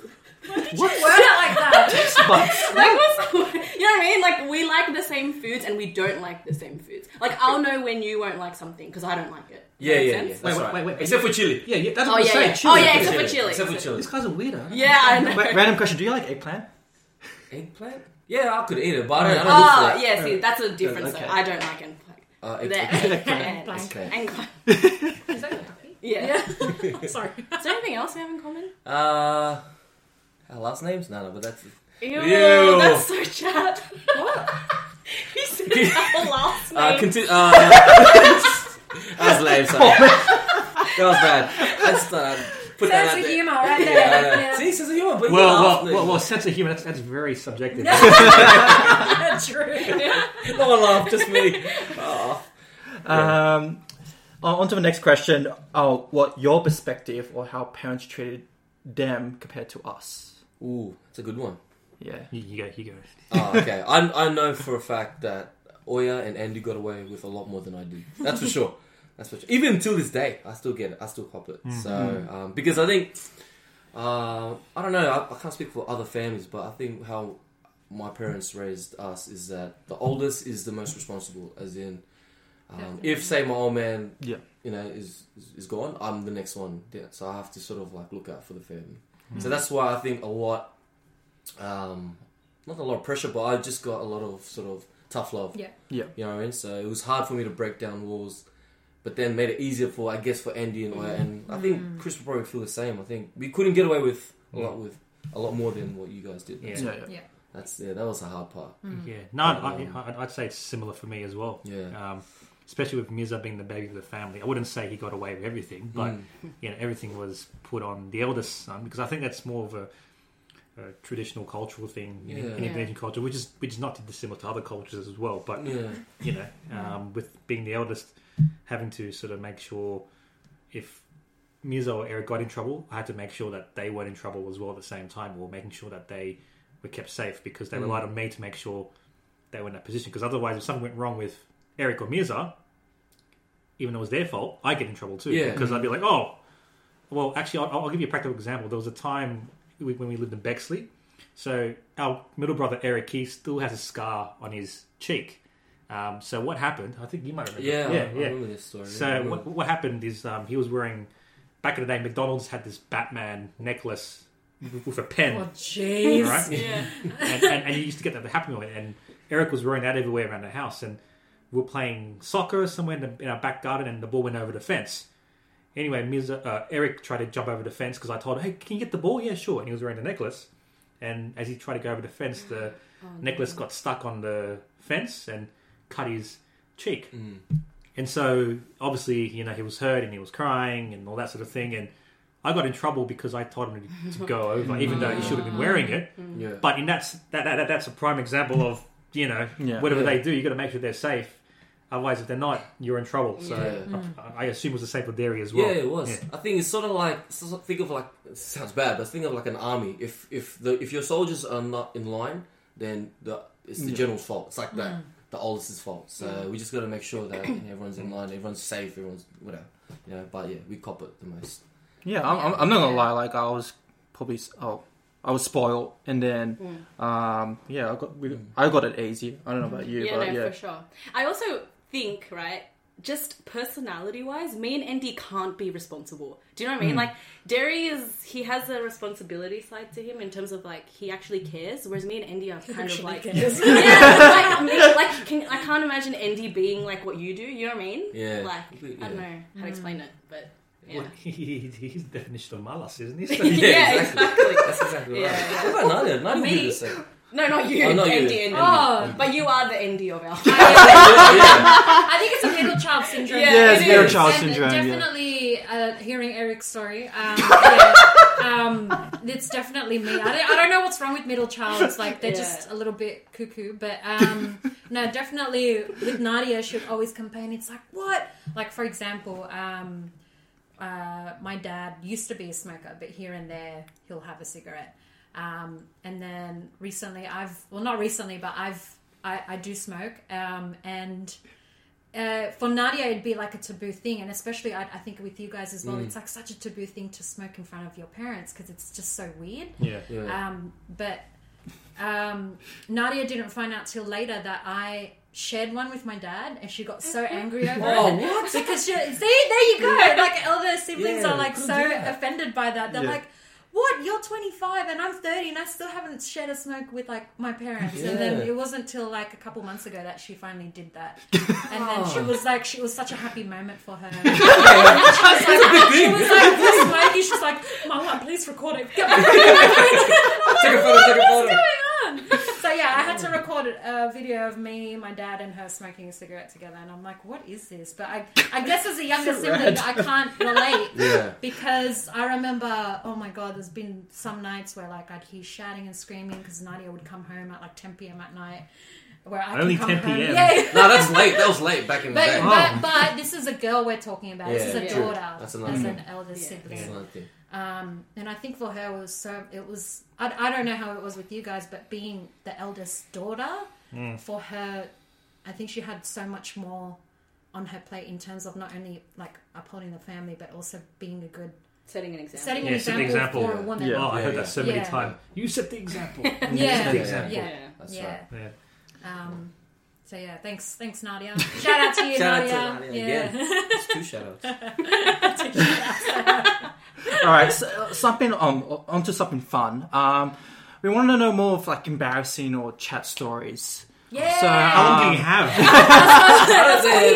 Word it like that. But Like what's, you know what I mean? Like we like the same foods and we don't like the same foods. Like I'll know when you won't like something because I don't like it. yeah, Make yeah, yeah. sense? That's Wait, wait, right. wait, wait. Except for chili. yeah, yeah that's Oh what yeah, I'm yeah. saying. Oh chili. yeah, except for chili. Except for chili. These guys are weird. Huh? Yeah, I know. Wait, random question: Do you like eggplant? Eggplant? Yeah, I could eat it, but I don't, I don't Oh, look for it. yeah, see, that's a difference. Okay. though. I don't like eggplant. Uh, The eggplant. eggplant. Eggplant. Eggplant. Is that your puppy? Yeah. Sorry. Is there anything else we have in common? Uh, our last names? No, no, but that's. Ew, Ew. that's so chat. What? he said our last name. Uh, conti- uh, that was lame, sorry. that Oh, was bad. I just thought I'd put Sense that out of there. humor right there. Yeah, I know. Yeah. See, sense of humor, but you Well, laugh, well, then. well, well, sense of humor, that's, that's very subjective. True. no one laughed, just me. Oh. Um, on on to the next question. Oh, what your perspective or how parents treated them compared to us? Ooh, it's a good one. Yeah. You, you go, you go. Oh, okay. I, I know for a fact that Oya and Andy got away with a lot more than I did. That's for sure. That's for sure. Even till this day, I still get it. I still cop it. So um, because I think uh, I don't know. I, I can't speak for other families, but I think how my parents raised us is that the oldest is the most responsible. As in, um, if say my old man, Yeah. you know, is is- is gone, I'm the next one. Yeah, so I have to sort of like look out for the family. So that's why I think a lot, um, not a lot of pressure, but I just got a lot of sort of tough love. Yeah. Yeah. You know what I mean? So it was hard for me to break down walls, but then made it easier for I guess for Andy and I. And I think Chris would probably feel the same. I think we couldn't get away with a lot with a lot more than what you guys did. Yeah. Yeah. yeah. That's yeah, that was the hard part. Hmm. Yeah, no, I, I, I'd say it's similar for me as well. Yeah. Um, especially with Mirza being the baby of the family. I wouldn't say he got away with everything, but Mm. you know, everything was put on the eldest son because I think that's more of a, a traditional cultural thing in, in Yeah. Yeah. Indonesian culture, which is which is not dissimilar to other cultures as well. But Yeah, you know, um, with being the eldest, having to sort of make sure if Mirza or Eric got in trouble, I had to make sure that they weren't in trouble as well at the same time, or making sure that they were kept safe because they Mm. relied on me to make sure they were in that position. Because otherwise, if something went wrong with Eric or Mirza, even though it was their fault, I get in trouble too. Yeah. Mm. Because I'd be like, oh, well, actually, I'll, I'll give you a practical example. There was a time we- when we lived in Bexley. So our middle brother Eric, he still has a scar on his cheek. Um, so what happened? I think you might remember. yeah, I, yeah, I yeah. remember this story. So Yeah. what, what happened is um, he was wearing back in the day McDonald's had this Batman necklace with, with a pen, Oh, jeez. right? yeah. and, and, and you used to get that at the Happy Meal, and Eric was wearing that everywhere around the house. And we were playing soccer somewhere in, the, in our back garden, and the ball went over the fence. Anyway, Miz, uh, Eric tried to jump over the fence because I told him, "Hey, can you get the ball?" Yeah, sure. And he was wearing the necklace, and as he tried to go over the fence, the necklace got stuck on the fence and cut his cheek. And so, obviously, you know, he was hurt and he was crying and all that sort of thing. And I got in trouble because I told him to, to go over, even though he should have been wearing it. yeah. But in that's that, that, that that's a prime example of you know Yeah. whatever Yeah. they do, you got to make sure they're safe. Otherwise, if they're not, you're in trouble. So Yeah. Hmm. I, I assume it was the same with Derry as well. Yeah, it was. Yeah. I think it's sort of like so- so- think of like it sounds bad, but think of like an army. If if the if your soldiers are not in line, then the it's the Yeah. general's fault. It's like that. The oldest's fault. So we just got to make sure that everyone's in line, everyone's safe, everyone's whatever. You know, but yeah, we cop it the most. Yeah, I'm, I'm- I'm not gonna lie. Like I was probably s- oh, I was spoiled, and then Mm. um, yeah, I got we, I got it easy. I don't know about you, Yeah, but no, yeah, for sure. I also think, right, just personality wise, me and Andy can't be responsible. Do you know what I Hmm. mean? Like, Derry is, he has a responsibility side to him in terms of like, he actually cares, whereas me and Andy are kind of like. Yes. yeah, like, me- like can, I can't imagine Andy being like what you do, you know what I mean? Yeah. Like, I don't Yeah. know how to explain it, but. Yeah. Well, he, he, he's the definition of malas, isn't he? Yeah, So- exactly. That's exactly right. Yeah, yeah. What about Nadia? Nadia would do Me? the same. No, not you. Oh, not you. Andy, Andy. Oh, But you are the Andy of our. yeah. I think it's a middle child syndrome. Yeah, Yeah, it's it middle is. child And syndrome, yeah. Definitely uh, hearing Eric's story. Um, yeah, um, it's definitely me. I don't, I don't know what's wrong with middle childs. Like they're Yeah. just a little bit cuckoo. But um, no, definitely with Nadia, she would always complain. It's like what? Like for example. Um, uh, my dad used to be a smoker, but here and there he'll have a cigarette. Um, and then recently, I've well, not recently, but I've I, I do smoke, um, and uh, for Nadia, it'd be like a taboo thing, and especially I, I think with you guys as well, it's like such a taboo thing to smoke in front of your parents because it's just so weird. yeah. Yeah. Um, but um, Nadia didn't find out till later that I shared one with my dad, and she got so angry over Oh, it what? because she see there you go. Like elder siblings Yeah, are like good, so yeah. offended by that. They're Yeah. like, what? You're 25 and I'm 30 and I still haven't shared a smoke with like my parents. And then Yeah. it wasn't till like a couple months ago that she finally did that. And then Oh. she was like, she was such a happy moment for her. And then she was like, she was like, this lady, she's like, Mama, please record it. Get my Take a photo, take a photo. going on? So yeah, I had to record a video of me, my dad, and her smoking a cigarette together, and I'm like, "What is this?" But I, I guess as a younger sibling, I can't relate Yeah. because I remember, oh my god, there's been some nights where like I'd hear shouting and screaming because Nadia would come home at like 10 p.m. at night, where I Only could come 10 home. p.m.. Yeah, No, that's late. That was late back in the but, day. but but this is a girl we're talking about. This Yeah, is a yeah. True. daughter. That's That's, another thing. an elder Yeah. sibling. That's another thing. Um, and I think for her it was so it was I, I don't know how it was with you guys, but being the eldest daughter for her, I think she had so much more on her plate in terms of not only like upholding the family, but also being a good Setting an example. setting an Yeah, set example, the for a example. woman. Yeah. Oh, I heard that so many Yeah. times. You set the example. Um, You Yeah. set the Yeah. example. Yeah. Yeah. That's Yeah. right. Yeah. Um, so yeah, thanks, thanks Nadia. Shout out to you, Shout out Nadia. to Nadia yeah. again. It's two shout outs. All right, so, something um onto something fun. Um, we want to know more of like embarrassing or chat stories. Yeah. So, How um, long do you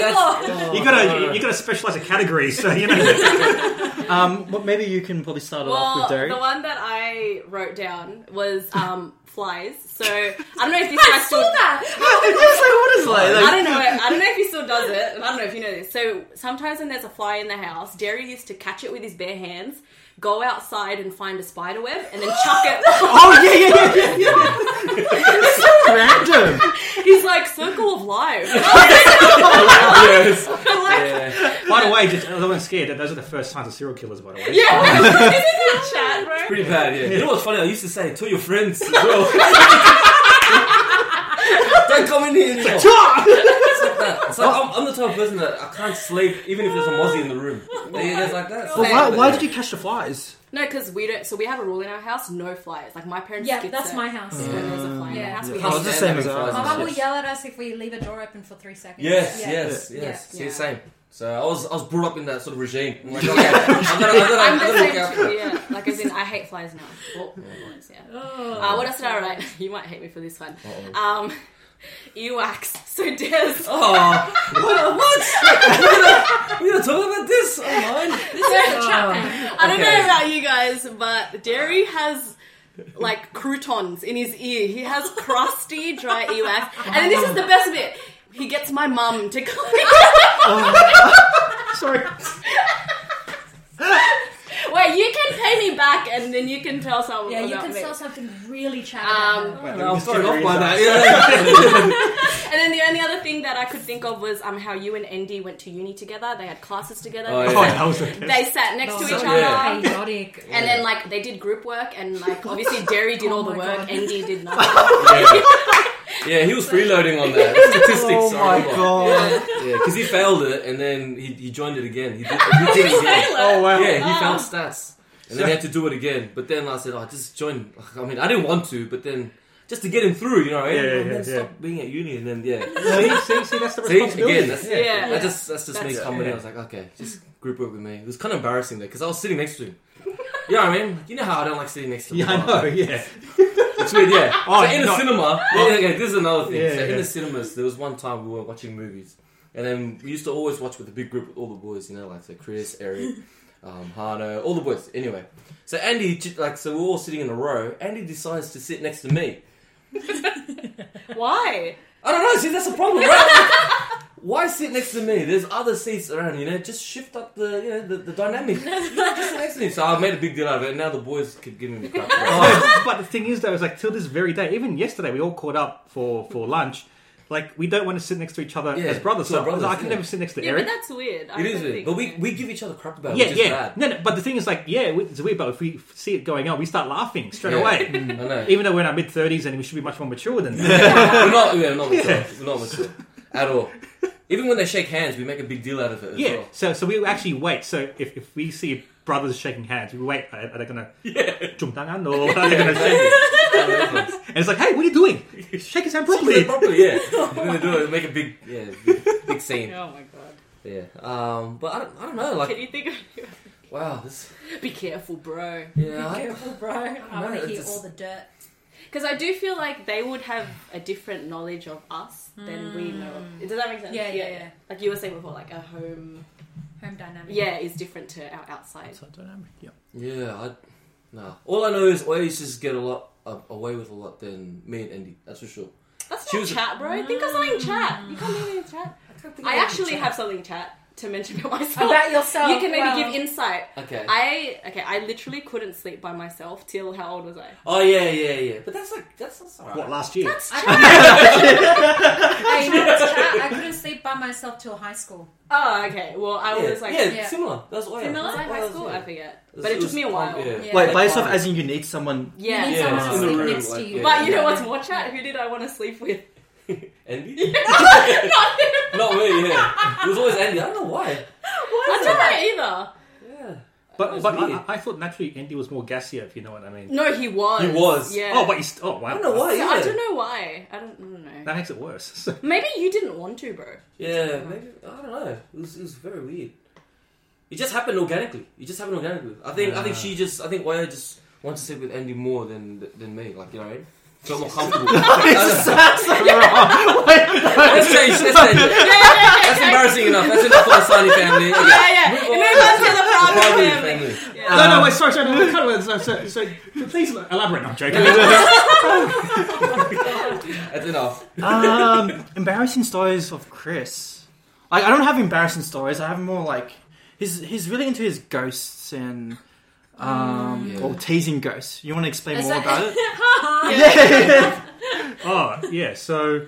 have? oh, you gotta you gotta specialize a category, so you know. Um, well, maybe you can probably start it off Well, with Derek. the one that I wrote down was um, flies. So I don't know if this guy still. Saw that. I was like, what is like? I don't know. I don't know if he still does it. and I don't know if you know this. So sometimes when there's a fly in the house, Derry used to catch it with his bare hands, go outside and find a spider web, and then chuck it. Oh yeah, yeah, yeah, yeah, yeah. It's so random. He's like circle of life. yes. I'm like, Yeah. by the way, just everyone's scared that those are the first signs of serial killers. By the way, yeah, isn't that chat, bro? Pretty bad, yeah. You know what's funny? I used to say, tell your friends as well. Don't come in here anymore. It's like that. It's like, I'm, I'm the type of person that I can't sleep even if there's a mozzie in the room. Yeah, it's like that. But Uh, why, why did you catch the flies? No, because we don't. So we have a rule in our house: no flies. Like my parents. Yeah, gets that's it my house. When there's a fly in the Yeah. house, we Oh, it's the have same as ours. My mum will Yes, yell at us if we leave a door open for three seconds. yes, Yeah. yes. Yeah. yes. See, Yeah. same. So I was I was brought up in that sort of regime. I'm like, okay, I'm gonna, I'm gonna, I'm I'm the gonna look same. out for too, it. Yeah, like as in, I hate flies now. Well, flies, yeah. Oh. Uh, what else did I write? You might hate me for this one. Uh-oh. Um, earwax. So Des. Oh, what? what? We're gonna talk about this online. This is a chat man. I don't Okay. know about you guys, but Derry has like croutons in his ear. He has crusty, dry earwax. And then this is the best bit. He gets my mum to come. Sorry. Wait, you can pay me back, and then you can tell someone. Yeah, you about can me. sell something really chatty. Um, Um, I'm starting off by Mr. that. Yeah. And then the only other thing that I could think of was um, how you and Andy went to uni together. They had classes together. Oh, they, yeah. sat, that was the best. they sat next to so each yeah. other. chaotic. And then like they did group work and like obviously Derry did Oh all the my work, God. Andy did not. yeah. Yeah, he was freeloading on that. The statistics Oh my are god. Yeah, because he failed it and then he, he joined it again. He did, he did it again. Oh wow. Yeah, he found stats. And then he had to do it again. But then I said, oh, just join. I mean, I didn't want to, but then just to get him through, you know, right? Yeah, yeah, and then yeah, stop being at uni and then, yeah. see, see, see, that's the See, responsibility. again, that's, Yeah. Yeah. That just, that's just That's- me coming in. I was like, okay, just group work with me. It was kind of embarrassing though, because I was sitting next to him. You know what I mean? You know how I don't like sitting next to him. Yeah, I know. Yeah, It's weird, yeah. Oh, so in no. the cinema, well, okay, this is another thing. Yeah, so yeah, in yeah. the cinemas, there was one time we were watching movies, and then we used to always watch with a big group with all the boys, you know, like so Chris, Eric, um, Hano, all the boys. Anyway, so Andy, j- like, so we're all sitting in a row. Andy decides to sit next to me. Why? I don't know. See, that's the problem, right? Like, Why sit next to me? There's other seats around, you know. Just shift up the, you know, the, the dynamic. Just sit next to me. So I made a big deal out of it. And now the boys could give me crap. right? Oh, but the thing is, though, it's like till this very day. Even yesterday, we all caught up for for lunch. Like we don't want to sit next to each other Yeah, as brothers. we're So brothers, I can yeah. never sit next to Yeah, Eric. but that's weird. I It is don't weird, think- but we, we give each other crap about it, yeah, which yeah. is bad. No, no, but the thing is, like, yeah, we- it's weird. But if we f- see it going on, we start laughing straight Yeah. Mm, away. I know. Even though we're in our mid thirties and we should be much more mature than that. we're not, yeah, not mature. We're not mature at all. Even when they shake hands, we make a big deal out of it as yeah. well. So so we actually wait. So if, if we see brothers shaking hands, we wait. Are, are they gonna jump down or are they gonna shake? And it's like, hey, what are you doing? Shake his hand Yeah, properly. properly, yeah. Then they do it, make a big, yeah, big, big scene. Oh my god. Yeah. Um, but I don't, I don't know, like, Can you think of wow, this. Be careful, bro. Yeah, Be I- careful, bro. I want it's to hear just- all the dirt. Because I do feel like they would have a different knowledge of us than we know. of- Does that make sense? Hmm. Yeah, yeah, yeah. Like you were saying before, like a home, Home dynamic. yeah, is different to our outside. Outside dynamic. Yeah. yeah, I, nah. All I know is Oya used to just get a lot uh, away with a lot than me and Andy. That's for sure. That's She not was a- chat, bro. Think of something chat. You can't think of anything chat. I actually have something chat to mention about myself. Hmm. About yourself, You can maybe wow. give insight. Okay. I okay. I literally couldn't sleep by myself till how old was I? oh yeah, yeah, yeah. But that's like that's, that's alright. What last year? I couldn't- Hey, you know what's bad? I couldn't sleep by myself till high school. Oh, okay. Well, I yeah, was like yeah, yeah. similar. That's Oya. similar That's high Oya's, school. yeah. I forget, It's- but it took was me a calm, while. yeah. Yeah. Wait, by yourself, as in you need someone. You Yeah. need Yeah, someone in to the sleep room, next like, to you. yeah. But you know what's more chat? Who did I want to sleep with? Andy? Not me, yeah. It was always Andy. I don't know why. I don't know Yeah. But That's but I, weird. I- I thought naturally Andy was more gassier, if you know what I mean. either. No, he was. He was. Yeah. Oh, but you st- oh wow. I don't know why. Yeah, Yeah, I don't know why. I don't, I don't know. That makes it worse. So- Maybe you didn't want to, bro. Yeah, maybe I don't know. It was, it was very weird. It just happened organically. It just happened organically. I think I think she just I think Oya just wants to sit with Andy more than than me. Like you know, what I mean? feel more comfortable. that's, that's changed. That's changed. Yeah, yeah, yeah. That's embarrassing enough. That's enough for the Sani family. Okay. yeah, yeah. It moves on to the The problem Barbie family. family. Yeah. no, no, wait, sorry, sorry, no, no, no, so, so, please elaborate. No, I'm joking. That's enough. Um, embarrassing stories of Chris. Like, I don't have embarrassing stories. I have more like he's he's really into his ghosts and um Yeah. or teasing ghosts. You want to explain Is more that- about it? oh yeah so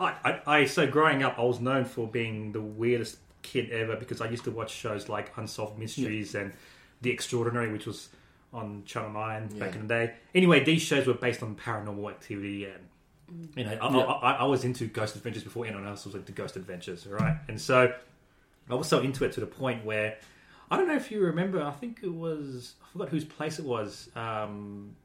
I, I, I so growing up i was known for being the weirdest kid ever because i used to watch shows like unsolved mysteries and the extraordinary which was on channel 9 back Yeah. in the day anyway these shows were based on paranormal activity and you know I, I, I, I was into ghost adventures before anyone else was into ghost adventures right and so i was so into it to the point where i don't know if you remember i think it was i forgot whose place it was um,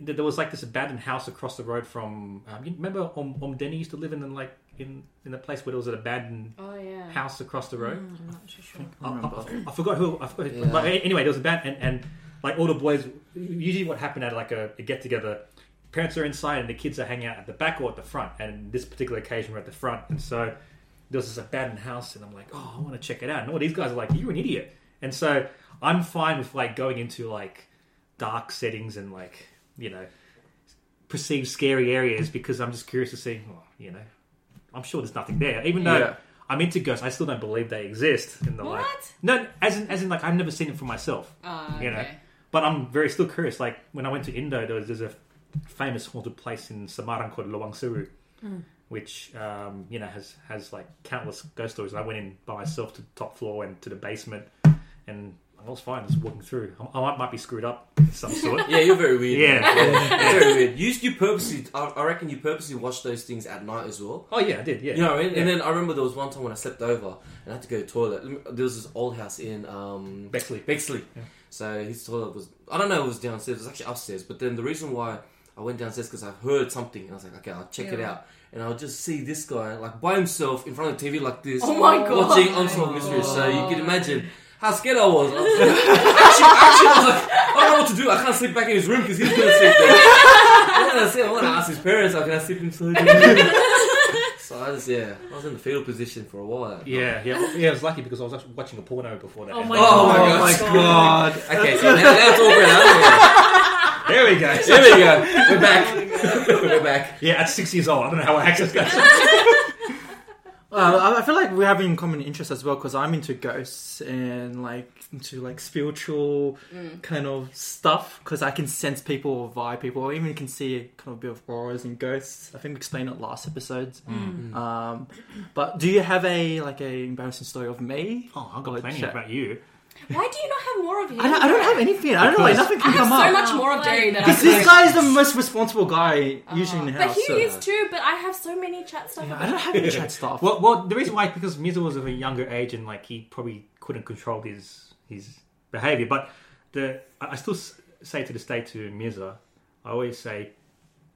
there there was like this abandoned house across the road from. Um, you remember Om, Om Denny used to live in, in like in in a place where there was an abandoned Oh yeah. house across the road. I'm not too sure. I, I- I forgot who. I forgot, Yeah. but anyway, there was a band, and, and like all the boys. Usually, what happened at like a, a get together, parents are inside and the kids are hanging out at the back or at the front. And this particular occasion, we're at the front, and so there was this abandoned house, and I'm like, oh, I want to check it out. And all these guys are like, you're an idiot. And so I'm fine with like going into like dark settings and like you know perceived scary areas because I'm just curious to see, well, you know, I'm sure there's nothing there, even though. Yeah. I'm into ghosts. I still don't believe they exist in the What? like. No, as in as in like I've never seen it for myself. Ah, You know, okay. but I'm very still curious. Like when I went to Indo, there was, there's a famous haunted place in Samarang called Luang Suru, which um, you know has has like countless ghost stories. I went in by myself to the top floor and to the basement, and I was fine just walking through. I, I might, might be screwed up in some sort. Yeah, you're very weird. Yeah. You're very weird. You you purposely. I, I reckon you purposely watch those things at night as well. oh yeah, I did. Yeah. You know what I mean? Yeah. And then I remember there was one time when I slept over and I had to go to the toilet. There was this old house in um, Bexley. Bexley. So his toilet was, I don't know, it was downstairs. It was actually upstairs. But then the reason why I went downstairs because I heard something and I was like, okay, I'll check it Yeah. out. And I'll just see this guy like by himself in front of the TV like this. Oh my God. Watching Unsolved Mysteries. So you can imagine how scared I was. I was like, actually, actually, I was like, I don't know what to do. I can't sleep back in his room because he's going to sleep there. I was gonna say, I want to ask his parents, how can I sleep inside? so I just, yeah, I was in the fetal position for a while. Yeah, yeah, yeah. I was lucky because I was actually watching a porno before that. Oh my Oh my god. God. my god! Okay, so now, now it's all good. now There we go. it's all good. There we go. We're back. We're back. Yeah, at six years old, I don't know how I accessed that. Uh, I- I feel like we have in common interests as well because I'm into ghosts and like into like spiritual kind of stuff because I can sense people or vibe people or even can see kind of a bit of auras and ghosts. I think we explained it last episodes. Um, but do you have a like a embarrassing story of me? Oh, I've Or got a plenty chat? about you. Why do you not have more of him? I don't, I don't have anything. I don't know. Like nothing I can come have so up. much more of Jerry than I Because do. this guy is the most responsible guy usually in the But house. he so- is too. But I have so many chat stuff. I about don't have any chat stuff. Well, well, the reason why is because Mizu was of a younger age and like he probably couldn't control his his behavior. But the I I still s- say to this day to Mizu, I always say,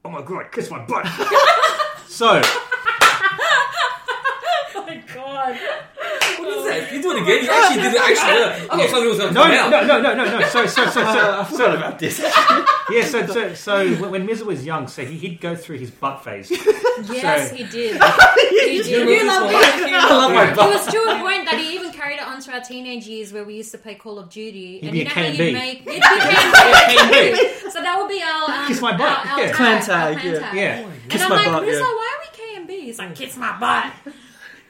"Oh my god, kiss my butt." so Oh my god. What is that? You do it again. You actually did it. Actually, I thought something was going to No, come no, out. no, no, no, no, no. So, so, so, so, so, about this. yeah. So, so, so, when when Miz was young, so he, he'd go through his butt phase. Yes, Sorry. he did. You did. You love it. I love my It butt. was to a point that he even carried it on to our teenage years where we used to play Call of Duty. You'd and be you a know how KMB. you make. You'd be a KMB. so that would be our. Um, Kiss my butt. Our, our Yeah. tag, Clan our tag, clan yeah. tag. Yeah, Kiss and I'm my like, butt, Chris, yeah. why are we KMB? He's like, kiss my butt.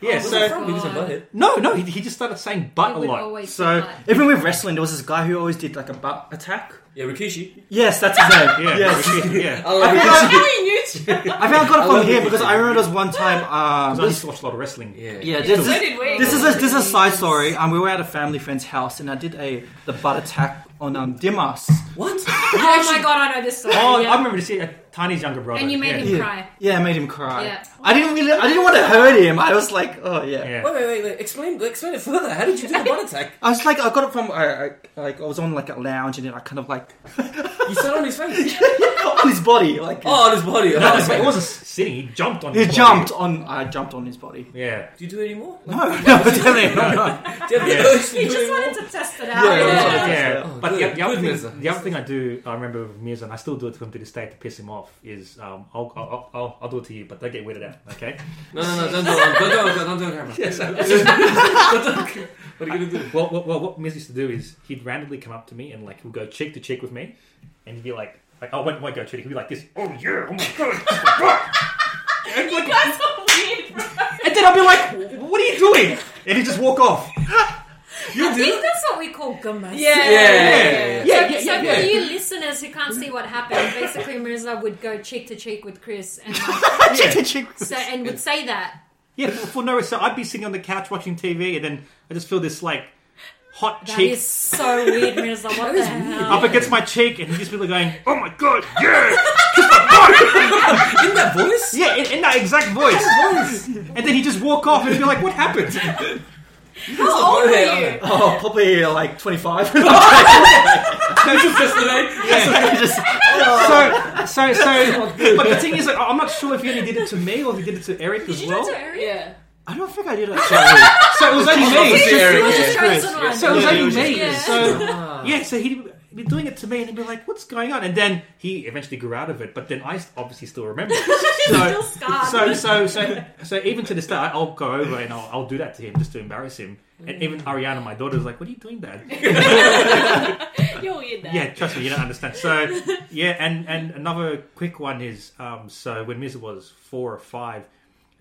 yeah. So, So, from Beavis and Butthead. no, no, he, he just started saying butt It a would lot. always be So butt. even with wrestling, there was this guy who always did like a butt attack. Yeah, Rikishi. Yes, that's his name. Yeah, Yes. yeah. I I love Rikishi. How are you neutral? I think I got I it from love here it. because I remember there was one time. So Um, I used to watch a lot of wrestling. Yeah. yeah, So this, this, did we. this is a this is a side story. Um, we were at a family friend's house, and I did a the butt attack on um Dimas. What? Oh my god, I know this story. Oh, yeah. I remember to see a Tiny's younger brother. And you made yeah. him Yeah. cry. Yeah, I made him cry. Yeah. I didn't really, I didn't want to hurt him. I was like, oh yeah. Yeah. Wait, wait, wait, wait. Explain, explain it further. How did you do the butt attack? I was like, I got it from, I, I, like, I was on like a lounge, and then I kind of like You sat on his face. on his body, like Oh, on his body. No, Oh, it's like, okay. it wasn't sitting. He jumped on. he his body. jumped on, I jumped on his body. Yeah. Do you do it anymore? Like, No, no, definitely not. do you have the Yeah. urge to He just do it anymore? wanted to test it out. Yeah, yeah, Yeah, yeah. Oh, but good. the, the, other Good, Mirza. thing, the other thing I do, I remember with Mirza, and I still do it to him to this day to piss him off, is um, I'll, I'll, I'll- I'll, I'll do it to you, but don't get weirded out, okay? No, no, no, don't do it. Don't do it. Don't do it. Don't do it. Don't do it. What are you gonna do? Well, well, well what Miz used to do is he'd randomly come up to me and like he'll go cheek to cheek with me, and he'd be like, like oh, won't, won't go cheek. He'd be like this. Oh yeah, oh my god. and, like, That's so weird, bro. and then I'd be like, what are you doing? And he'd just walk off. I think that's what we call gummas. Yeah. Yeah. So, Yeah, yeah, so yeah, for yeah. you listeners who can't see what happened, basically Mirza would go cheek to cheek with Chris and Yeah. so and would say that. Yeah, for, for no reason. So I'd be sitting on the couch watching TV, and then I just feel this like hot That is cheek so weird, Mirza. What the hell? up against my cheek, and he'd just be like going, "Oh my god, yeah, In that voice? yeah," in, in that exact voice. and then he'd just walk off, and he'd be like, "What happened?" How old were you? Yeah. Oh, probably uh, like twenty-five. That's just yesterday. Just- so, so, so. But the thing is, like, I'm not sure if he only did it to me or if he did it to Eric as Did you well. do it to Eric? Yeah. I don't think I did actually. so it was only Just me. to Eric, It was yeah. just chosen one. So it was Yeah, only it was me. just- Yeah. So Ah. yeah, so he'd be doing it to me, and he'd be like, "What's going on?" And then he eventually grew out of it. But then I obviously still remember. Still so, scarred. so, so, so, so, even to this day, I'll go over and I'll, I'll do that to him just to embarrass him. And even Ariana, my daughter, is like, "What are you doing, Dad?" You're weird, Dad. Yeah, trust me, you don't understand. So, yeah, and and another quick one is um, so when Miz was four or five,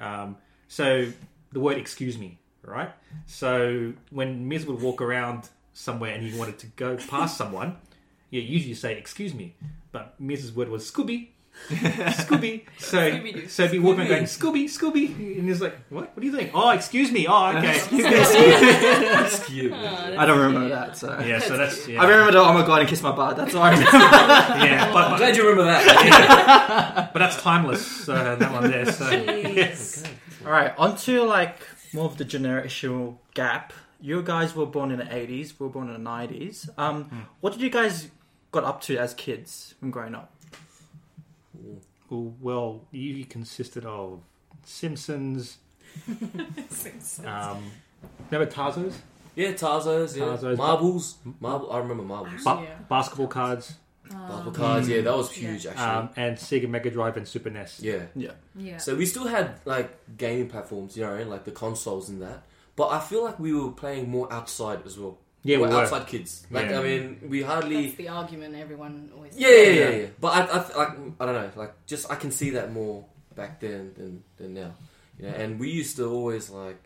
um, so the word "excuse me," right? So when Miz would walk around somewhere and he wanted to go past someone, yeah, usually you say "excuse me," but Miz's word was "Scooby." Scooby, so Scooby-Doo. so he'd be walking around going Scooby, Scooby, and he's like, "What? What are you doing? Oh, excuse me. Oh, okay. That's cute. I don't remember that. So yeah. So that's yeah. I remember the oh my god and kiss my butt. That's all I remember. yeah, but, I'm glad you remember that. but that's timeless. So that one there. So Jeez. all right, onto like more of the generational gap. You guys were born in the eighties. We were born in the nineties. Um, what did you guys got up to as kids and growing up? Well, you consisted of Simpsons, um, remember Tazos, Yeah, Tarzos, yeah. Tarzos. Marbles. Marble. I remember marbles. ba- Yeah. basketball cards, Marble cards, yeah, that was huge, um, actually. and Sega Mega Drive and Super E NES. Yeah. Yeah. So we still had like gaming platforms, you know, like the consoles and that. But I feel like we were playing more outside as well. Yeah, we were. outside kids. Like Yeah. I mean, we hardly. That's the argument everyone always Yeah, yeah, yeah, yeah. But I, I, like, I don't know. Like, just I can see that more back then than, than now. You know, and we used to always like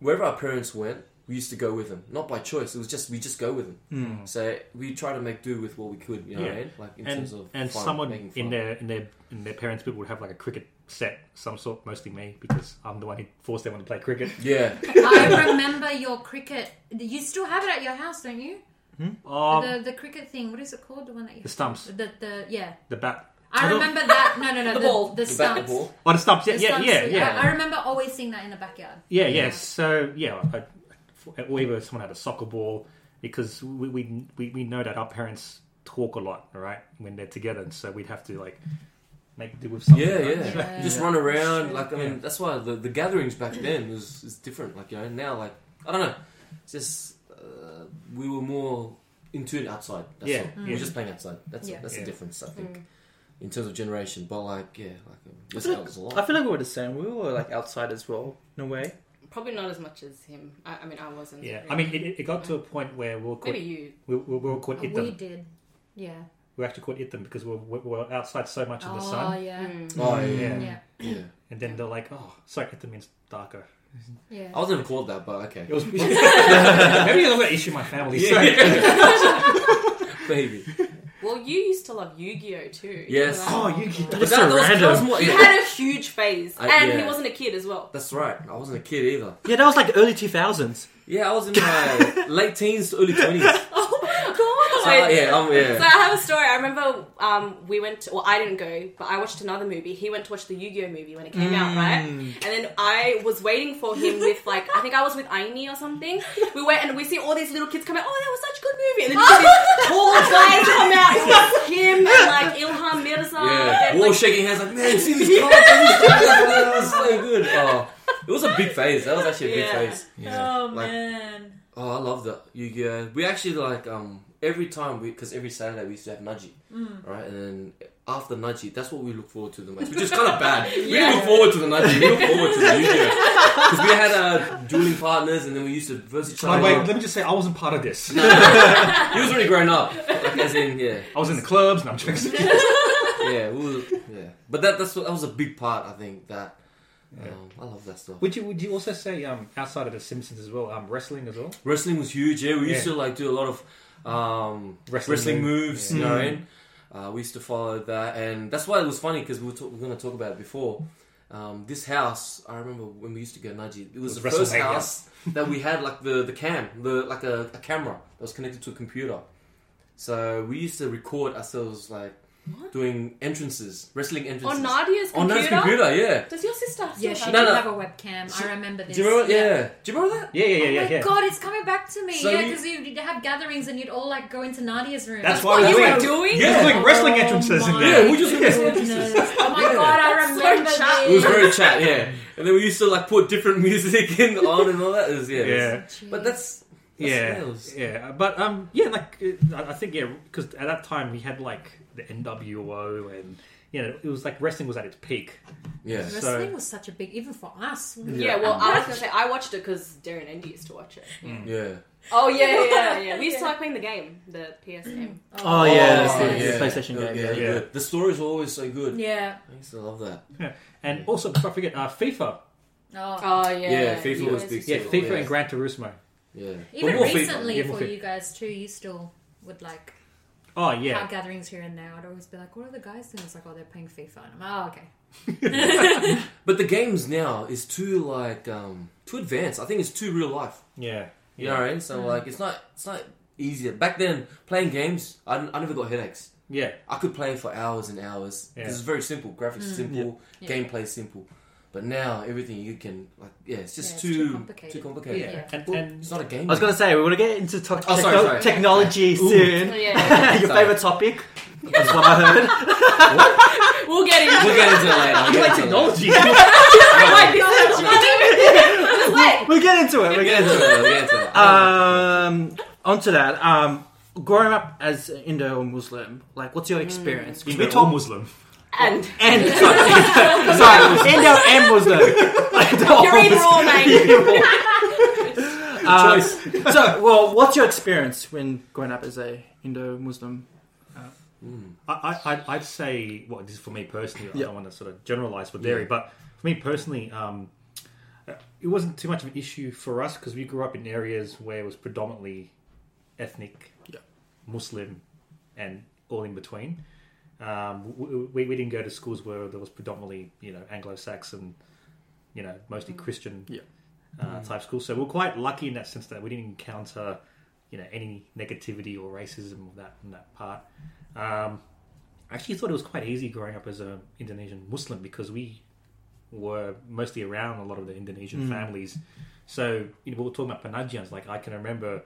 wherever our parents went, we used to go with them. Not by choice. It was just we just go with them. So we try to make do with what we could. You know, Hmm. Yeah. what I mean? like in And, terms of and fun, someone making fun. in their in their in their parents' bit would have like a cricket set, some sort, mostly me because I'm the one who forced everyone to play cricket. Yeah, I remember your cricket. You still have it at your house, don't you? Oh, the, the the cricket thing. What is it called? The one that you. stumps, The the yeah. the bat, I remember that. No, no, no. The The, ball. The, the bat, the stumps. ball. oh, the stumps. Yeah, The yeah, stumps. yeah, yeah. I, I remember always seeing that in the backyard. Yeah, yeah. So yeah, I, I- or even if someone had a soccer ball, because we, we we we know that our parents talk a lot, right, when they're together, and so we'd have to like make do with something. Yeah, right? yeah. Yeah. You just run around. Like, I mean, Yeah. that's why the, the gatherings back then was is different. Like, you know, now, like, I don't know. it's just uh, we were more in tune outside. That's Yeah, all. yeah. we were just playing outside. That's Yeah. Mm. that's Yeah. the difference, I think, in terms of generation. But like, yeah, like um, this feel like- helps a lot. I feel like we were the same. We were like outside as well, in a way. Probably not as much as him. I, I mean, I wasn't. Yeah, I mean, it, it- it got to a point where we were called, maybe you. we, we, we were called We it them. did. Yeah. We were actually called it them because we were, we were outside so much in the sun. Oh, yeah. Mm. oh yeah, Yeah. yeah. Yeah. And then they're like, oh, sorry, it them means darker. Yeah. I was never called that, but okay, It was maybe I'm gonna issue my family. Yeah. sorry. maybe. Well, you used to love Yu Gi Oh too. Yes. Oh, Yu-Gi-Oh. But That's that- so that was- that was random. more- He yeah. had a huge phase, I- and he yeah. wasn't a kid as well. That's right. I wasn't a kid either. Yeah, that was like early two thousands. Yeah, I was in my late teens, to early twenties. Oh my So, yeah, um, So yeah. I have a story. I remember um, we went. To, well, I didn't go, but I watched another movie. He went to watch the Yu-Gi-Oh movie when it came out, right? Mm. And then I was waiting for him with like I think I was with Aini or something. We went and we see all these little kids come out. Oh, that was such a good movie! And then you see these tall guys come out. It was him and like Ilham Mirza. Yeah, And, we all Oh, like, shaking hands like, man, see this car, this car, that was so good. Oh, it was a big phase. That was actually a big Yeah. phase. Oh Like- man. Oh, I love that Yu-Gi-Oh. We actually like um every time we because every Saturday we used to have Nudgy, right? And then after Nudgy, that's what we look forward to the most, which is kind of bad. We didn't look forward to the Nudgy. We look forward to the Yu-Gi-Oh because we had uh, dueling partners, and then we used to verse each Oh, other. wait, let me just say, I wasn't part of this. he was already grown up, like, as in yeah. I was in the clubs, and I'm joking. yeah, we were, yeah. But that that's what, that was a big part. I think that um, Yeah. I love that stuff. Would you would you also say um, outside of the Simpsons as well, um, wrestling as well? Wrestling was huge. Yeah, we used Yeah. to like do a lot of um, Wrestling wrestling, move. moves. You know, what I mean? uh, we used to follow that, and that's why it was funny because we were, talk- we were going to talk about it before. Um, this house, I remember when we used to go Nudgy. It was, It was the first WrestleMania. house that we had like the the cam, the like a, a camera that was connected to a computer. So we used to record ourselves like doing entrances, wrestling entrances on Nadia's on computer. Nadia's computer. Yeah. Does your sister? Still Yeah, she have No, did no. have a webcam. She- I remember this. Do you remember? Yeah. Do you remember that? Yeah, yeah, yeah, Oh yeah. my yeah. god, it's coming back to me. So yeah, you- because you... would have gatherings and you'd all like go into Nadia's room. Oh That's What why you we're were doing. doing? Yeah, doing wrestling entrances in my there. Yeah, we just- goodness. Oh my Yeah. god, I That's so remember chat. It was this. very chat, yeah. And then we used to like put different music in on and all that. It was, yeah, it was- Yeah. But that's, that's yeah, sales. yeah, but um, yeah, like uh, I I think yeah, because at that time we had like the NWO and you know it was like wrestling was at its peak. yeah. so- Wrestling was such a big, even for us. Yeah, well, I was gonna say I watched it because Darren Endy used to watch it. yeah. Oh yeah, yeah, yeah, yeah. We used to like playing the game, the PS game. Oh, yeah, that's Oh, the, the PlayStation Yeah, game. yeah, yeah. yeah. The stories were always so good. Yeah. I used to love that. And also, before I forget, uh, FIFA. Oh. Oh yeah, Yeah, FIFA was big. Yeah, too. FIFA and Gran Turismo. Yeah. Even But more FIFA. recently yeah, more for fit. you guys too, you still would like Oh have yeah, gatherings here and there. I'd always be like, what are the guys doing? It's like, oh, they're playing FIFA. And I'm, oh, okay. But the games now is too like um too advanced. I think it's too real life. yeah, You know yeah, what I mean? So like it's not it's not easier. Back then playing games, I, I never got headaches. yeah. I could play for hours and hours. Yeah. This is very simple. Graphics simple, Mm. Yeah. gameplay simple. But now everything you can like yeah, it's just Yeah, it's too too too complicated. complicated. yeah. Yeah. And, and It's not a game. I was gonna say we want to get into to- Oh, sorry, techno- sorry. technology Ooh. soon. Oh, yeah. Your Sorry. favorite topic? That's what I heard. We'll get into We'll it. get into it later. We'll get into it later. Might be such a- Wait, We'll get into it. We'll We'll get get into into it. it later. We'll get into it later. Uh, Um, onto that. Um, growing up as Indo or Muslim, like, what's your experience? 'Cause you we know, talk- all Muslim. And and sorry, sorry, Indo and Muslim. Like, the you're in whole- raw, mate. Um, so, well, what's your experience when growing up as a Indo Muslim? I, I, I'd- I'd say, well, this is for me personally. I Yeah. don't want to sort of generalize for dairy, but for me personally, um, uh, it wasn't too much of an issue for us because we grew up in areas where it was predominantly ethnic, Yeah. Muslim, and all in between. Um, we, we, we didn't go to schools where there was predominantly, you know, Anglo-Saxon, you know, mostly Christian Mm. Yeah. uh, type schools. So we're quite lucky in that sense that we didn't encounter, you know, any negativity or racism of that on that part. Um, I actually thought it was quite easy growing up as an Indonesian Muslim because we were mostly around a lot of the Indonesian families. So you know, we were talking about Penajians. Like I can remember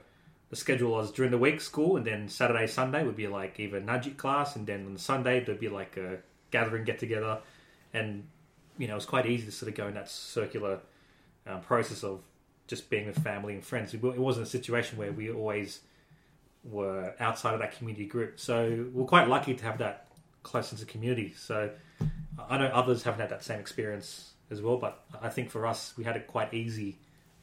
the schedule was during the week school, and then Saturday, Sunday would be like either Najit class, and then on Sunday there'd be like a gathering get together, and you know it was quite easy to sort of go in that circular um, process of just being with family and friends. It wa- it wasn't a situation where we always were outside of that community group. So we're quite lucky to have that close into community. So I I know others haven't had that same experience as well, but I think for us, we had it quite easy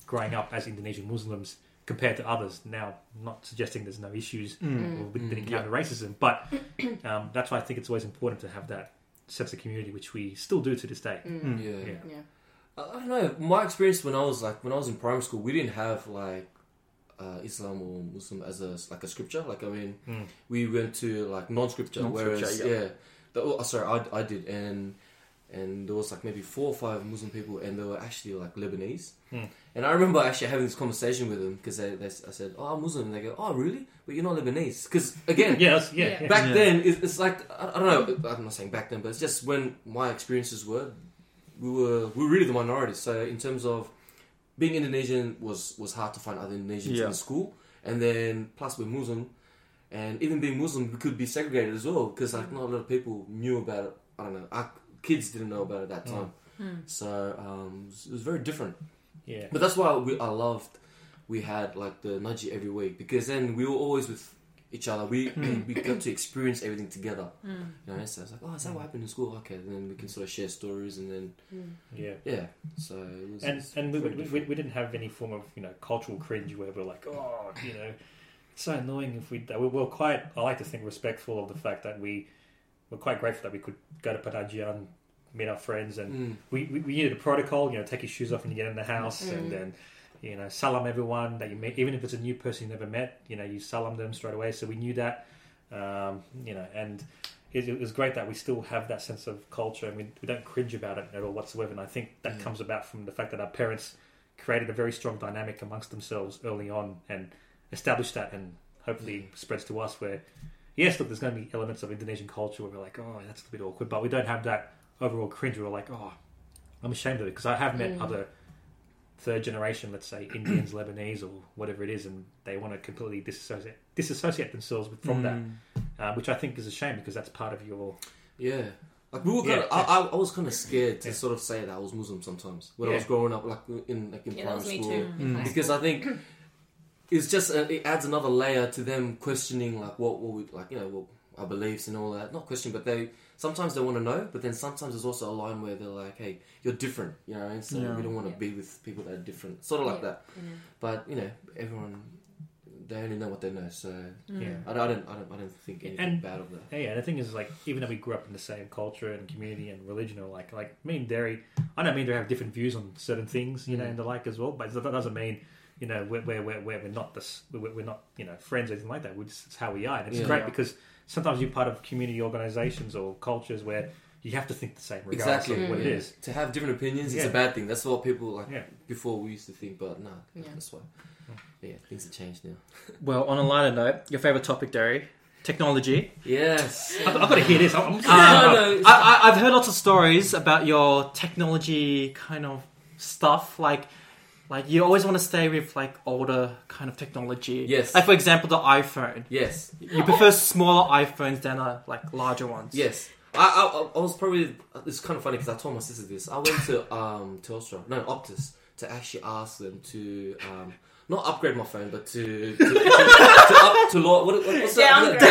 growing up as Indonesian Muslims compared to others. Now, not suggesting there's no issues or we didn't encounter racism, but um, that's why I think it's always important to have that sense of community, which we still do to this day. Yeah. Yeah. Yeah. I I don't know. My experience when I was like when I was in primary school, we didn't have like uh, Islam or Muslim as a like a scripture. Like I mean, we went to like non-scripture. Non-scripture, whereas yeah. yeah, the, oh, sorry, I, I did, and and there was like maybe four or five Muslim people, and they were actually like Lebanese. And I remember actually having this conversation with them because they, they s- I said, "Oh, I'm Muslim," and they go, "Oh, really? But you're not Lebanese?" Because again, Yeah, that's- yeah, Yeah. yeah. back Yeah. then it's, it's like I, I don't know i'm not saying back then but it's just when my experiences were we were we were really the minority so in terms of being indonesian was was hard to find other indonesians Yeah. in school and then plus we're muslim and even being muslim we could be segregated as well because like not a lot of people knew about it i don't know our kids didn't know about it Mm. at that time so um, it was- it was very different yeah. but that's why we, I loved we had like the nudgy every week because then we were always with each other. We Hmm. we got to experience everything together. You know, so it's like, oh, is that what happened in school? Okay, then we can sort of share stories and then yeah. yeah. So it was, and it's and we, very we, we, different. we didn't have any form of you know cultural cringe where we're like oh you know it's so annoying if we we were quite I like to think respectful of the fact that we were quite grateful that we could go to Patajian meet our friends Hmm. and we, we we needed a protocol you know take your shoes off when you get in the house and then you know salam everyone that you meet even if it's a new person you never met you know you salam them straight away so we knew that um, you know and it, it was great that we still have that sense of culture and we, we don't cringe about it at all whatsoever. And I think that comes about from the fact that our parents created a very strong dynamic amongst themselves early on and established that and hopefully spreads to us where, yes, look, there's going to be elements of Indonesian culture where we're like, oh, that's a bit awkward, but we don't have that overall cringe where we're like, oh, I'm ashamed of it because I have met other third generation, let's say Indians, Lebanese, or whatever it is, and they want to completely disassociate disassociate themselves from that, uh, which I think is a shame because that's part of your yeah. Like we were Yeah, kind of, I, I, I was kind of scared to Yeah. sort of say that I was Muslim sometimes when I Yeah. was growing up, like in like in Yeah, that primary was me school. too. Mm. in high because I think it's just uh, it adds another layer to them questioning like what what we like you know what our beliefs and all that. Not question, but they sometimes they want to know, but then sometimes there's also a line where they're like, "Hey, you're different," you know, and so Yeah. we don't want to be with people that are different, sort of like Yeah. that. But you know, everyone they only know what they know, so yeah. I don't I don't I don't, I don't think anything And- bad of that. Yeah, and the thing is, like, even though we grew up in the same culture and community and religion, or like, like me and Derry, I know me and Derry have different views on certain things, you know, Mm. and the like as well. But that doesn't mean, you know, we're we're we're, we're we're not this, we're, we're not you know friends or anything like that. We just it's how we are, and it's Yeah. great because sometimes you're part of community organizations or cultures where you have to think the same regardless Exactly Mm. of what it yeah. is. To have different opinions is Mm. Yeah. a bad thing. That's what people like Yeah. Mm. before we used to think, but nah, Yeah. that's why. Yeah, things have changed now. Well, on a lighter note, your favorite topic, Derry, technology. Yes. I've, I've got to hear this. I'm, I'm no, no, I, it's- I, I've heard lots of stories about your technology kind of stuff, like. Like you always want to stay with like older kind of technology. Yes. Like for example, the iPhone. Yes. You prefer smaller iPhones than uh, like larger ones. Yes. I, I, I was probably. It's kind of funny because I told my sister this. I went to um, Telstra, no Optus, to actually ask them to um, not upgrade my phone, but to to, to, to up to law. What, what, what's that? Downgrade.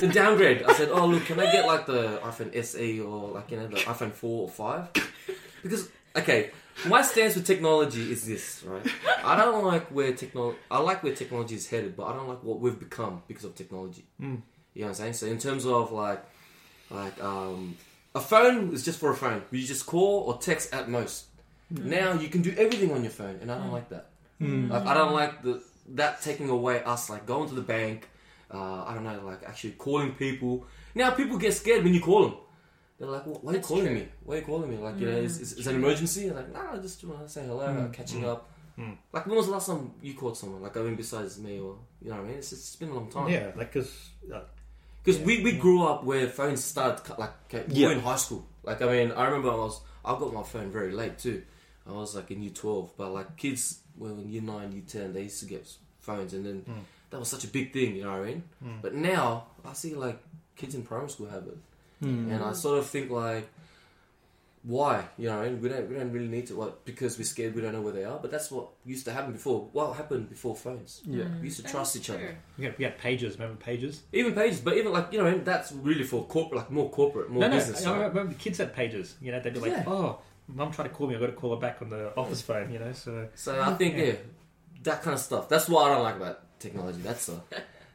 Downgrade. To downgrade. I said, oh look, can I get like the iPhone SE or like you know the iPhone four or five? Because okay, my stance with technology is this, right? I don't like where technology. I like where technology is headed, but I don't like what we've become because of technology. You know what I'm saying? So in terms of like, like um, a phone is just for a phone. You just call or text at most. Now you can do everything on your phone, and I don't like that. Like I don't like the that taking away us like going to the bank. Uh, I don't know, like actually calling people. Now people get scared when you call them. They're like, "Why are you calling me? Why are you calling me? Like, you know, is, is, is it an emergency?" You're like, "Nah, I just want to say hello, like, catching up." Like, when was the last time you called someone? Like, I mean, besides me, or you know, what I mean, it's, it's been a long time. yeah, like because uh, Because we, we grew up where phones started cu- like ca- we Yeah. were in high school. Like I mean, I remember I was I got my phone very late too. I was like in year twelve, but like kids were in year nine, year ten, they used to get s- phones, and then that was such a big thing, you know what I mean? But now Hmm. I see like kids in primary school have it, and I sort of think like why? You know, we don't we don't really need to like because we're scared. We don't know where they are. But that's what used to happen before. What happened before phones? Yeah. Hmm. Mm. We used to That's trust each true. other. We had, we had pages. Remember pages? Even pages, but even like you know, that's really for corporate, like more corporate, more no, no. business. I right? remember the kids had pages. You know, they'd be like, Yeah. "Oh, mum tried to call me. I got to call her back on the office phone." You know, so So I think yeah. Yeah. that kind of stuff. That's what I don't like about technology. That's all.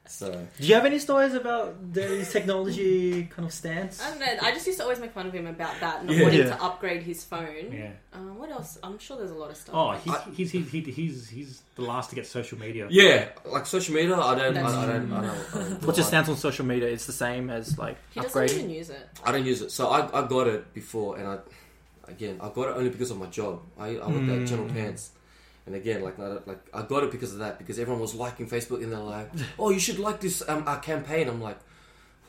So Do you have any stories about the technology kind of stance? I don't know. I just used to always make fun of him about that, not Yeah. wanting Yeah. to upgrade his phone. yeah. Um, what else? I'm sure there's a lot of stuff. Oh, like he's, he's, he's, he's, he's, he's the last to get social media. yeah, like social media, I don't, I, That's I don't, I don't, I don't. What's your I- stance on social media? It's the same as like He doesn't upgrading. even use it. I don't use it. So I, I got it before, and I, again, I got it only because of my job. I, I worked at General Pants, and again, like, I, like I got it because of that because everyone was liking Facebook, and they're like, "Oh, you should like this um, our campaign." I'm like,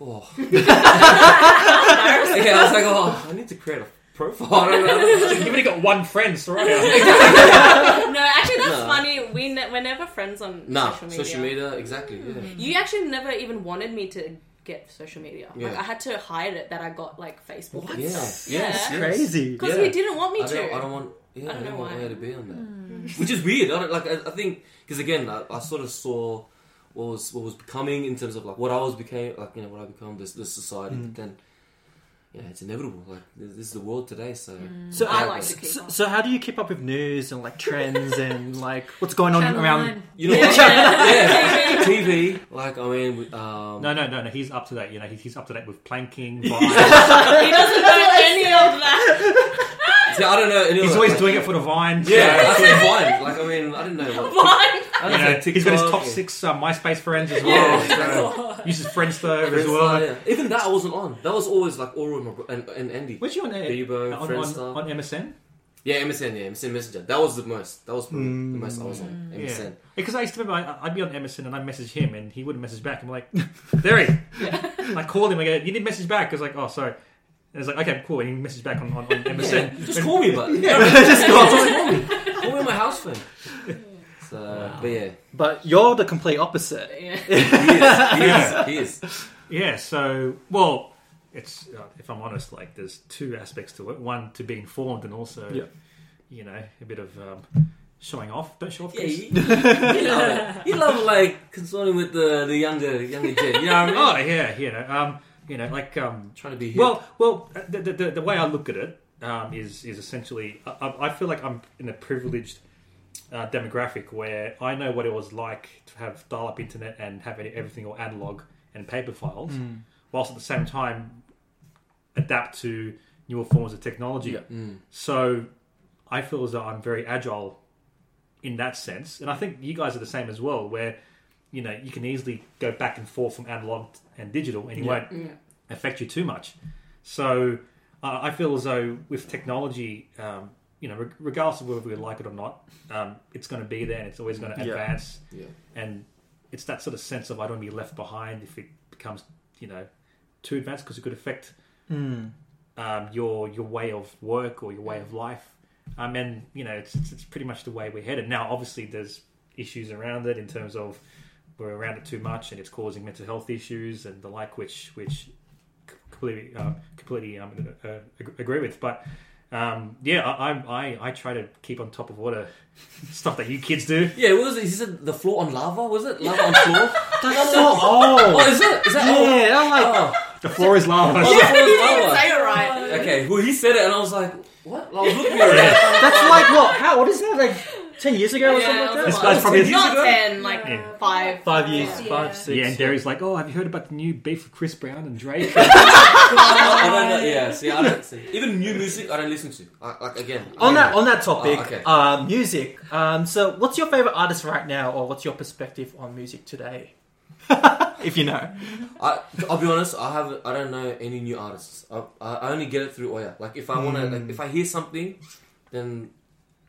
"Oh, yeah." I was like, "Oh, I need to create a profile." I don't know. You've only got one friend, so right No, actually, that's No. funny. We ne- we're never friends on Nah, social media. social media, exactly. Yeah. You actually never even wanted me to get social media. Like, Yeah. I had to hide it that I got like Facebook. Yeah. Yes. yes. Crazy. Because Yeah. he didn't want me I to. don't, I don't want. Yeah, I I don't, don't know want why. her to be on that, which is weird. I don't, like. I, I think because again, I, I sort of saw what was what was becoming in terms of like what I was became, like you know what I become this this society. Hmm. But then, yeah, it's inevitable. Like this, this is the world today. So So I uh, like to keep so, up. so how do you keep up with news and like trends and like what's going on Channel around? Nine. you know, Yeah. yeah, TV. Like I mean, we- um, No, no, no, no. He's up to date. You know, he's, he's up to date with planking. vines. he doesn't know any of that. see, I don't know. anyway, he's always like, doing it for the vine. so, Yeah, that's like, fine. Like I mean, I don't know. What, Fine. You I don't know, know, he's got his TikTok top or- six uh, MySpace friends as well. Yeah. so, uses Friendster as Friends, well. yeah. Even that I wasn't on. That was always like Oral and, my bro- and, and Andy. Where's you on there? Bieber, on, on, Friendster. on MSN? Yeah, MSN, yeah, MSN Messenger. That was the most. That was probably the most I was Mm. on Yeah. MSN. Because I used to remember I, I'd be on MSN and I'd message him and he wouldn't message back. I'm like, Derry. I called him. I go, you didn't message back. I was like, oh, sorry. And it's like, okay, cool. And he messaged back on, on, on MSN. Just call me, but yeah, Just go. call me on my house phone. So, but yeah, But you're the complete opposite. Yeah. he is. He is. Yeah, so, well, it's, uh, if I'm honest, like, there's two aspects to it. One, to be informed and also, Yeah. you know, a bit of um, showing off. Don't show off, Yeah, please. you, you love it. You love like consorting with the the younger younger kid. You know what I mean? Oh, yeah, you know, um, you know, like, um, Trying to be hip. Well, well, uh, the, the- the, the way I look at it um, is is essentially I- I, I feel like I'm in a privileged uh, demographic where I know what it was like to have dial up internet and have any, everything all analog and paper files, whilst at the same time adapt to newer forms of technology. So I feel as though I'm very agile in that sense, and I think you guys are the same as well, where you know you can easily go back and forth from analog and digital, and you won't affect you too much. So uh, I feel as though with technology, um, you know, reg- regardless of whether we like it or not, um, it's going to be there and it's always going to Yeah. advance. Yeah. And it's that sort of sense of I don't want to be left behind if it becomes, you know, too advanced because it could affect Hmm. um, your your way of work or your way Mm. of life. Um, and you know, it's, it's it's pretty much the way we're headed now. Obviously, there's issues around it in terms of we're around it too much, and it's causing mental health issues and the like, which which completely um, completely um, uh, ag- agree with. But um, yeah, I, I I I try to keep on top of all the stuff that you kids do. yeah, what was it? He said the floor on lava. Was it lava on floor? That's so old. oh, is it? Is that? Yeah, I'm like Oh, The floor is lava. oh, the floor He is didn't lava. say it right. Okay, well he said it, and I was like, what? I was looking at it. that's like what? How? What is that? Like ten years ago or something Yeah, like it that? was This a guy's lot. probably- not Yeah. ten, like Yeah. five. Five years, Yeah. five, six. Yeah, and Derry's like, oh, have you heard about the new beef with Chris Brown and Drake? I don't know. Yeah, see, I don't see. Even new music, I don't listen to. I, like again. I on don't that know. on that topic, Oh, okay. um, music. Um, so, what's your favorite artist right now, or what's your perspective on music today? if you know, I, I'll be honest. I haven't. I don't know any new artists. I, I only get it through Oya. Like if I want to, Hmm. like, if I hear something, then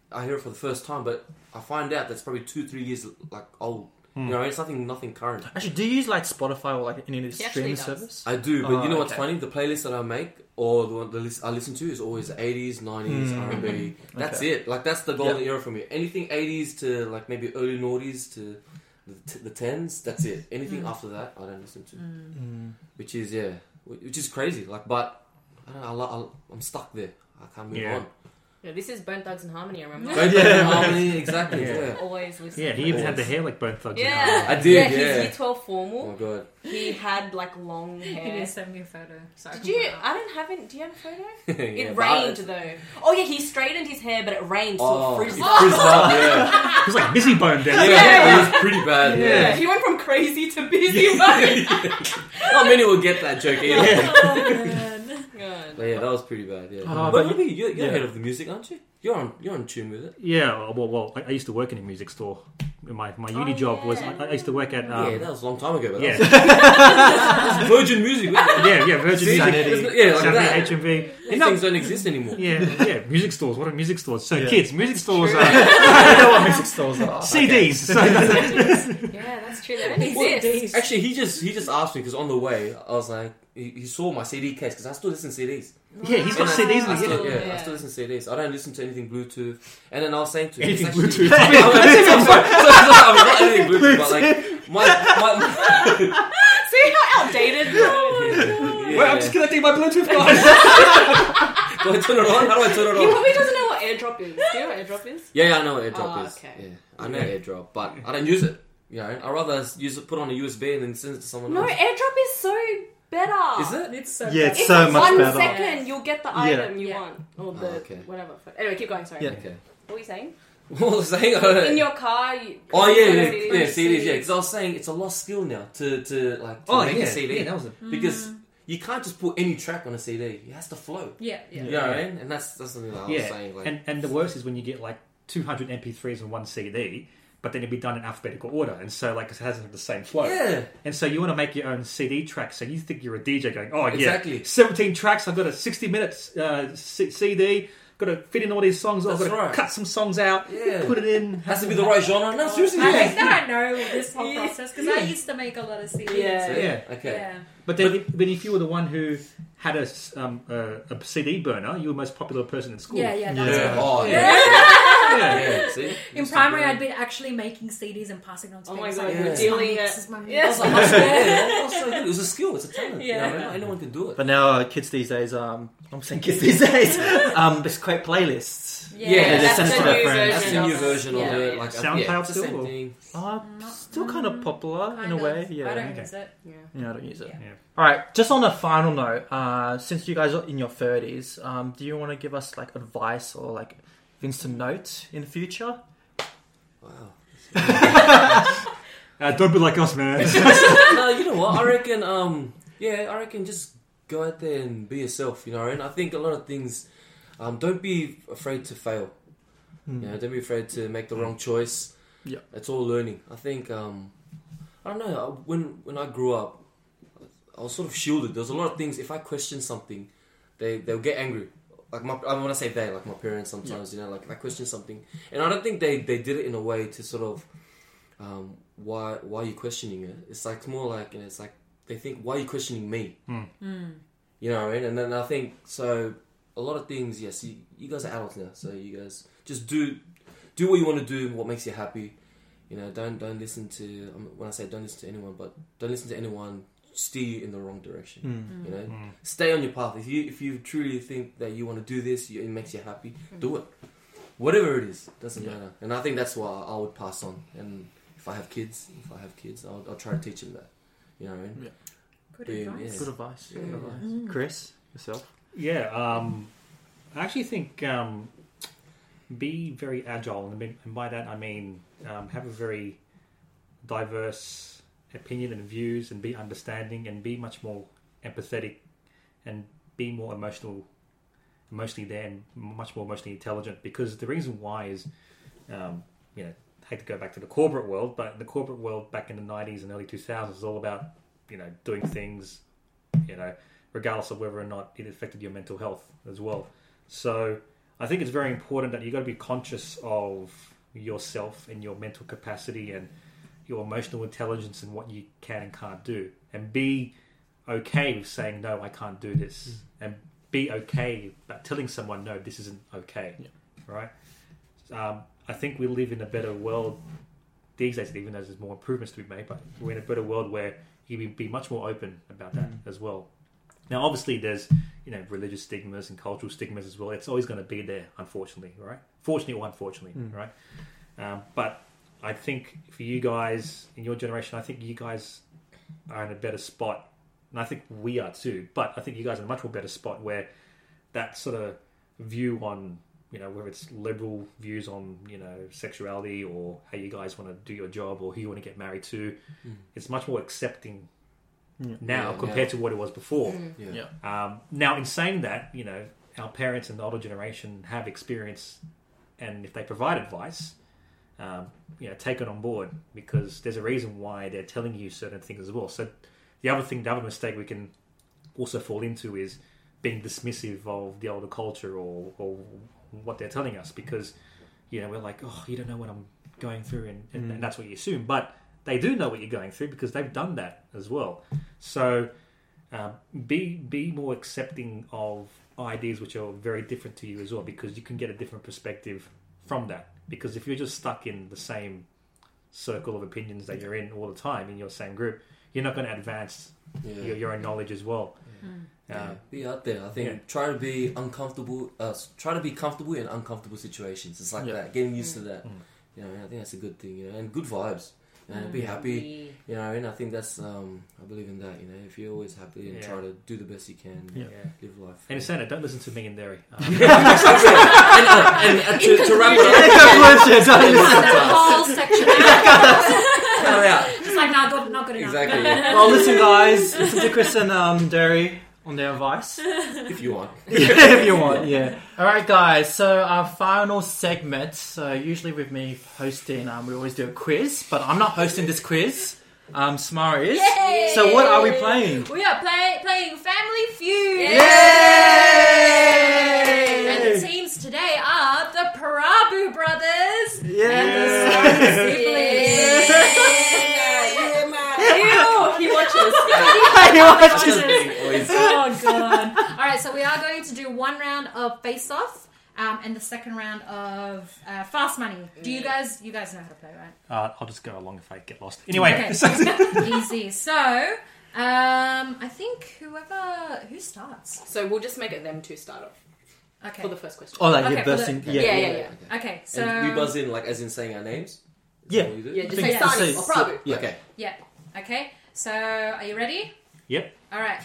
I hear it for the first time. But I find out that's probably two, three years like old. Hmm. You know, it's nothing, nothing current. actually, do you use like Spotify or like any of the He streaming actually does. service? I do, but Oh, you know what's okay. funny? The playlist that I make or the one the list I listen to is always eighties, nineties, Hmm. R and B. That's Okay. it. Like that's the golden Yep. era for me. Anything eighties to like maybe early noughties to the t- the tens. That's it. Anything Mm. after that, I don't listen to. Which is yeah, wh- which is crazy. Like, but I don't know, I, lo- I, I'm stuck there. I can't move Yeah. on. Yeah, this is Bone Thugs and Harmony, I remember. Don't Yeah. yeah, harmony, exactly. Yeah. Yeah. Always listening. Yeah, he even had the hair like Bone Thugs. and Yeah. Harmony. I did, his yeah. year 12 Oh my formal, god. he had like long You need hair. to send me a photo. So I Did can you? put it up. I don't have any. Do you have a photo? Yeah, it but I- rained though. Oh yeah, he straightened his hair, but it rained, so Oh, it it's frizzed. frizzed up. up, yeah. He was like busy bone Yeah, down. it was pretty bad. Yeah, Yeah. he went from crazy to busy. mode. Not many will get that joke either. Oh, man. But yeah, that was pretty bad. Yeah. Oh, but but Libby, you're, you're yeah. head of the music, aren't you? You're on. You're on tune with it. Yeah, well, well, I I used to work in a music store. My my uni Oh, job was yeah. I, I used to work at yeah, um, that was a long time ago. But yeah, that yeah, was- that's Virgin Music. Wasn't it? yeah, Virgin See? Music, Sanity. Yeah, like Sanity, that. HMV. These things don't exist anymore. Yeah, yeah, music stores. What are music stores? So Yeah. kids, music stores True. are I know what music stores are. CDs. So, yeah, that's true. That didn't What exist. days? Actually, he just he just asked me because on the way I was like, he, he saw my CD case because I still listen to CDs. yeah, he's got And I- CDs I in his still, yeah, I Yeah. still listen to CDs. I don't listen to anything Bluetooth. And then I was saying to him, Anything it's actually- Bluetooth. I'm not- I'm sorry, I'm sorry, I'm not anything Bluetooth, but like my, my, See how outdated. my yeah. Wait, I'm just connecting my Bluetooth guys. Do I turn it on? How do I turn it He on? probably doesn't know what airdrop is. Do you know what airdrop is? Yeah, yeah, I know what AirDrop Oh, is. okay. Yeah, I know AirDrop, but I don't use it. You know, I'd rather use it, put it on a USB and then send it to someone No, else. airdrop is so better. Is it? It's so Yeah, bad. it's It's so in much one better. second, you'll get the item you Yeah. want or the Oh, okay. whatever. Anyway, keep going. Sorry. Yeah. Okay. What were you saying? What was I saying? I don't know. In your car. You, Uh, oh yeah, you yeah, know, yeah, you- CDs. Yeah, because I was saying it's a lost skill now to to like to Oh, make yeah, a CD yeah, that was a- because you can't just put any track on a CD. It has to flow. Yeah, yeah. You know what I mean? And that's that's something that I was yeah, saying. Like, and and the worst is when you get like 200 MP3s in one CD, but then it'd be done in alphabetical order, and so like it hasn't had the same flow. yeah, And so you want to make your own CD track, so you think you're a DJ going, oh yeah, Exactly. 17 tracks, I've got a 60 minutes uh, C- CD, got to fit in all these songs, I've That's got to right. cut some songs out, Yeah. put it in. has to be the right genre. No, seriously. I Yeah. hate that I know this whole Yeah. process because I used to make a lot of CDs. Yeah. Yeah. Okay. Yeah. But then, if, then if you were the one who had a, s- um, a, a CD burner, you were the most popular person in school. Yeah, yeah, that's Yeah. What. Oh yeah. Yeah. Yeah. See. In Used to primary, be- I'd be actually making CDs and passing on to Oh my people. God, you're this is dealing my mix, it. this is my mix. Yeah. I was like, oh, yeah, that was so good. It was a skill. It's a talent. Yeah. Yeah. You know, not anyone can do it. But now uh, kids these days, um, I'm saying kids these days, um, just create playlists. Yeah, Yeah, they that's send it to the their new friends. That's the new version Yeah. of it. Like I- SoundCloud yeah, it's the still, same or- thing. Uh, Mm, Not- still kind of popular Kind in a of. way. Yeah. I don't Okay. use it. Yeah. Yeah, I don't use it. Yeah. All right. Just on a final note, uh, since you guys are in your thirties, um, do you want to give us like advice or like things to note in the future? Wow. Uh, don't be like us, man. no, Uh, you know what? I reckon. Um, yeah, I reckon just go out there and be yourself. You know, and I think a lot of things. Um, don't be afraid to fail. You know, don't be afraid to make the wrong choice. Yeah. it's all learning. I think. Um, I don't know. I- When when I grew up, I was sort of shielded. There was a lot of things. If I questioned something, they they'll get angry. Like my, I want to say they, like my parents sometimes, you know, like if I question something, and I don't think they they did it in a way to sort of um, why why are you questioning it? It's like more like and it's like they think why are you questioning me? Hmm. You know what I mean? And then I think so a lot of things. Yes, you, you guys are adults now, so you guys just do do what you want to do, what makes you happy. You know, don't don't listen to um, when I say don't listen to anyone, but don't listen to anyone steer you in the wrong direction. Hmm. You know, stay on your path. If you if you truly think that you want to do this, you, it makes you happy, do it. Whatever it is, doesn't matter. And I think that's what I would pass on. And if I have kids, if I have kids, I'll, I'll try to teach them that. You know what I mean? Good Being- advice. yeah. Good advice. Good Yeah. advice. Chris, yourself. Yeah, um, I actually think um, be very agile, and and by that I mean um, have a very diverse opinion and views, and be understanding, and be much more empathetic, and be more emotional, emotionally there, and much more emotionally intelligent. Because the reason why is, um, you know, I hate to go back to the corporate world, but the corporate world back in the '90s and early 2000s is all about you know doing things, you know regardless of whether or not it affected your mental health as well. So I think it's very important that you got to be conscious of yourself and your mental capacity and your emotional intelligence and what you can and can't do, and be okay with saying no, I can't do this, and be okay about telling someone no, this isn't okay, Yeah. right? Um, I think we live in a better world these days, even though there's more improvements to be made, but we're in a better world where you can be much more open about that as well Now, obviously, there's you know religious stigmas and cultural stigmas as well. It's always going to be there, unfortunately, right? Fortunately or unfortunately, right? Um, but I think for you guys in your generation, I think you guys are in a better spot, and I think we are too. But I think you guys are in a much more better spot where that sort of view on you know whether it's liberal views on you know sexuality or how you guys want to do your job or who you want to get married to, it's much more accepting now Yeah, compared yeah. to what it was before. Yeah. Yeah. Um, now, in saying that, you know, our parents and the older generation have experience, and if they provide advice, um, you know, take it on board because there's a reason why they're telling you certain things as well. So, the other thing, the other mistake we can also fall into is being dismissive of the older culture or, or what they're telling us because, you know, we're like, oh, you don't know what I'm going through, and, and, and that's what you assume. But they do know what you're going through because they've done that as well. So, um, be be more accepting of ideas which are very different to you as well, because you can get a different perspective from that. Because if you're just stuck in the same circle of opinions that you're in all the time in your same group, you're not going to advance Yeah. your, your own knowledge as well. Mm-hmm. Yeah, Um, be out there. I think Yeah. try to be uncomfortable. Uh, s- try to be comfortable in uncomfortable situations. It's like Yeah. that. Getting used to that. Mm. You know, I think that's a good thing. You know, and good vibes. You know, be happy. You know, and I think that's. Um, I believe in that. You know, if you're always happy and Yeah. try to do the best you can, Yeah. live life. And and, Santa, don't listen to me and Derry. Um, uh, and, uh, to, to wrap it up, That whole section. cut it out. Just like, no, good, not good enough. Exactly. well, listen, guys. Listen to Chris and um, Derry on their advice. if you want. if you want, yeah. All right, guys. So our final segment. So usually with me hosting, um, we always do a quiz, but I'm not hosting this quiz. Um, Smara is. Yay! So what are we playing? We are play, playing Family Feud. And the teams today are the Parabu brothers and the Song siblings. Ew, he watches. Always. Oh god! All right, so we are going to do one round of face off. Um, and the second round of uh, fast money. Do you guys? You guys know how to play, right? uh, I'll just go along if I get lost. Anyway, Okay. so- Easy. So, um, I think whoever who starts. so we'll just make it them two start off Okay. for the first question. Oh, like Okay, you're for the- bursting. okay. yeah, yeah, yeah, yeah. okay. So And we buzz in like as in saying our names. Is that Yeah. what you do? Yeah, just think- say yeah. Sani So- or Prabhu. yeah. Okay. Yeah. Okay. So, are you ready? yep. All right.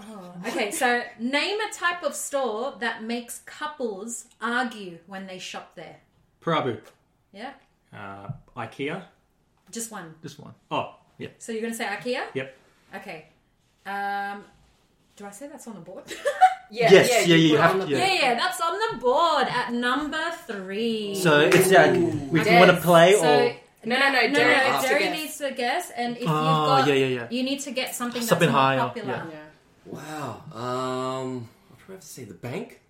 oh, okay. So, name a type of store that makes couples argue when they shop there. Parabu. Yeah. Uh, IKEA. Just one. This one. Oh, yeah. So you're gonna say IKEA? Yep. Okay. Um, do I say that's on the board? Yeah, Yes, yeah, yeah, you you put it have on the- to- yeah. yeah, that's on the board at number three. So it's like we Yes. want to play So- or No, no, no, No, Jerry no, has to Jerry guess. needs to guess, and if you've Oh, got, yeah, yeah, yeah. you need to get something that's Something more higher, popular. yeah. Yeah. Wow. Um, I probably have to say the bank.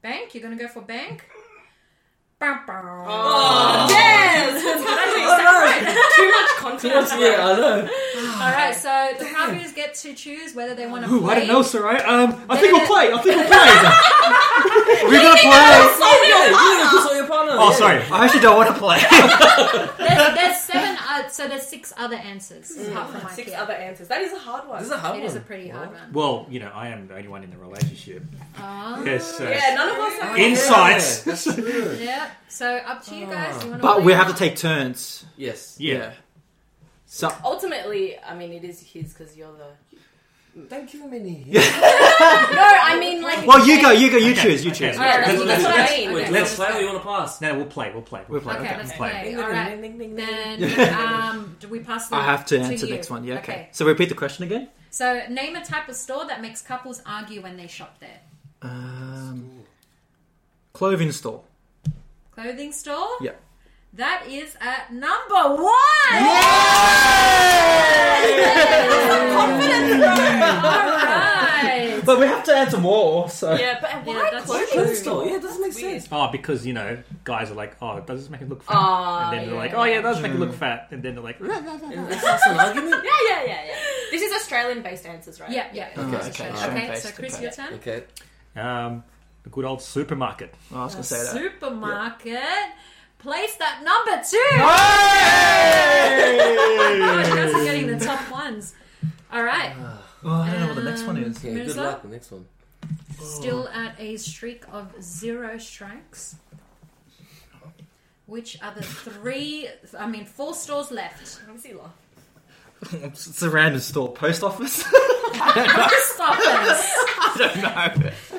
Bank, you're gonna go for bank. Oh. Bow, bow. Yes! What's happening? Too much confidence. Yeah, I know. All right, so the Harpies get to choose whether they want to. Ooh, play. I don't know, sir. Right? Um, I think no, we'll play. I think we'll play. We're gonna play. Oh, yeah, yeah, because of your partner. Oh, yeah. sorry. I actually don't want to play. There's, there's seven, uh, so there's six other answers apart from Six IKEA. other answers. That is a hard This one. is a Oh. hard It one. is a pretty hard one. Well, you know, I am the only one in the relationship. Oh. Yes. so- Yeah, none of us are. Insights. Yeah, that's true. Yeah. So up to you guys. Do you wanna but play we or have to not? take turns. yes. yeah. So Ultimately, I mean, it is his because you're the. Don't give him any hints. No, I mean, like. well, you go. You go. You Okay, choose. You okay. choose. All right, that's, Let's- that's what let's- I mean. Wait, Okay. let's play or you want to pass? No, we'll play. We'll play. We'll play. Okay, Okay. let's play. play. All right. Then, um, do we pass? The I have to answer you? the next one. Yeah. Okay. So repeat the question again. So name a type of store that makes couples argue when they shop there. Um, clothing store. Clothing store. Yeah. That is at number one. Alright. But we have to answer more. So Yeah, but why Yeah, that's clothing? Clothes store. Yeah, it doesn't make Weird. sense. Oh, because you know, guys are like, oh, does this make it look fat? Ah, and then they're yeah. like, oh yeah, it does make it look fat. And then they're like, "Ugh." Is that an argument? Yeah, yeah, yeah, yeah. This is Australian based answers, right? Yeah, yeah. Oh, Okay, okay, okay, alright. so Shame-faced, Chris, okay. your turn. Okay. um, the good old supermarket. Oh, I was gonna say that. Supermarket. Place that number two. Gosh, you guys are getting the top ones. All right. Oh, I don't know what the next one is. Okay, good Mirza? luck. The next one. Still at a streak of zero strikes. Which are the three? I mean, four stores left. How does he laugh? It's a random store. Post office? Post office. I don't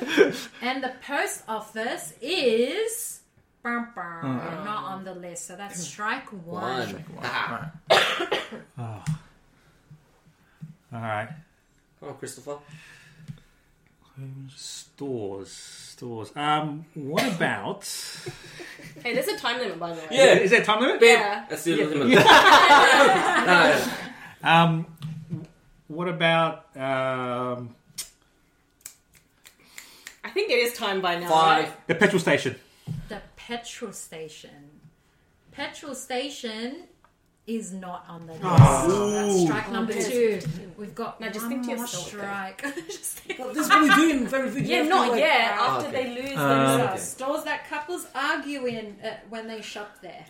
know. And the post office is bum, bum, not on the list. So that's strike one. One. Alright. All right. Come on, Christopher. Stores, stores. Um, what about? Hey, there's a time limit, by the way. Yeah. is there a time limit? Babe, Yeah. that's the Yeah. limit. Nah, Um, what about? Um, I think it is time by now. five. right? the petrol station. The petrol station. Petrol station is not on the list. That's strike number two. We've got Now just one think to more yourself, okay. strike. Just think. This is what we're doing for everything. Yeah, You have to, not like- yet. Ah, After okay. they lose Um, themselves. Okay. Stores that couples argue in uh, when they shop there.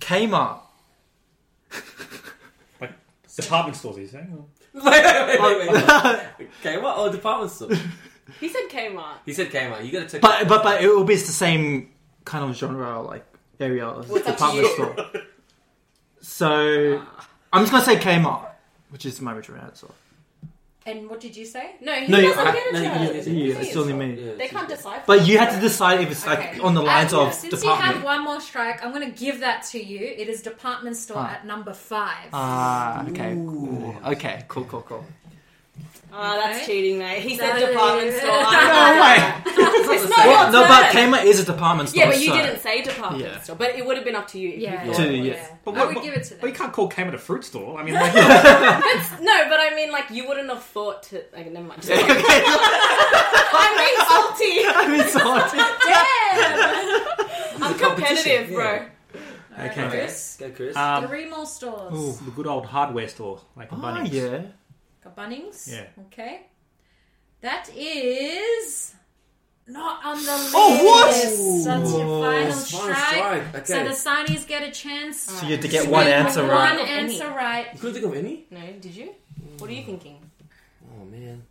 Kmart. Like department stores, are you saying? Wait, wait, wait, wait. okay, what? Oh, department store. He said Kmart. He said Kmart. You gotta check. But but but it will be the same kind of genre like area as department store. So I'm just gonna say Kmart, which is my original answer. And what did you say? No, he No, you- doesn't I- get a no, you- chance. you- Yeah, it's only me. Yeah, They it's can't okay. decipher. But you had to decide if it's like Okay. on the lines Uh, of since you have department. one more strike, I'm going to give that to you. It is department store Ah. at number five. Ah, okay, cool. Okay, cool, cool, cool. Ah, that's Okay. cheating, mate. He said That department is- store. No way. it's not Well, your no, but turn. Kmart is a department store. Yeah, but you so- didn't say department Yeah. store. But it would have been up to you. if you yeah, thought To- it was. yes. But I would give it to But you them. can't call Kmart a fruit store. I mean, like, No, but I mean, like, you wouldn't have thought to. Like, never mind. okay, I'm being I'm salty. sorry. Damn. I'm It's a competition, competitive, bro. yeah. okay. Okay, Chris? go Chris. Um, Three more stores. ooh, the good old hardware store, like a Oh Bunnings. yeah. Got Bunnings. Yeah. Okay. That is not on the list. Oh, what? That's your Ooh. final That's strike. final strike. Okay. So the signees get a chance. Ah. So you had to get one answer right. One answer right. you couldn't think of any? No, did you? What are you thinking? Oh man.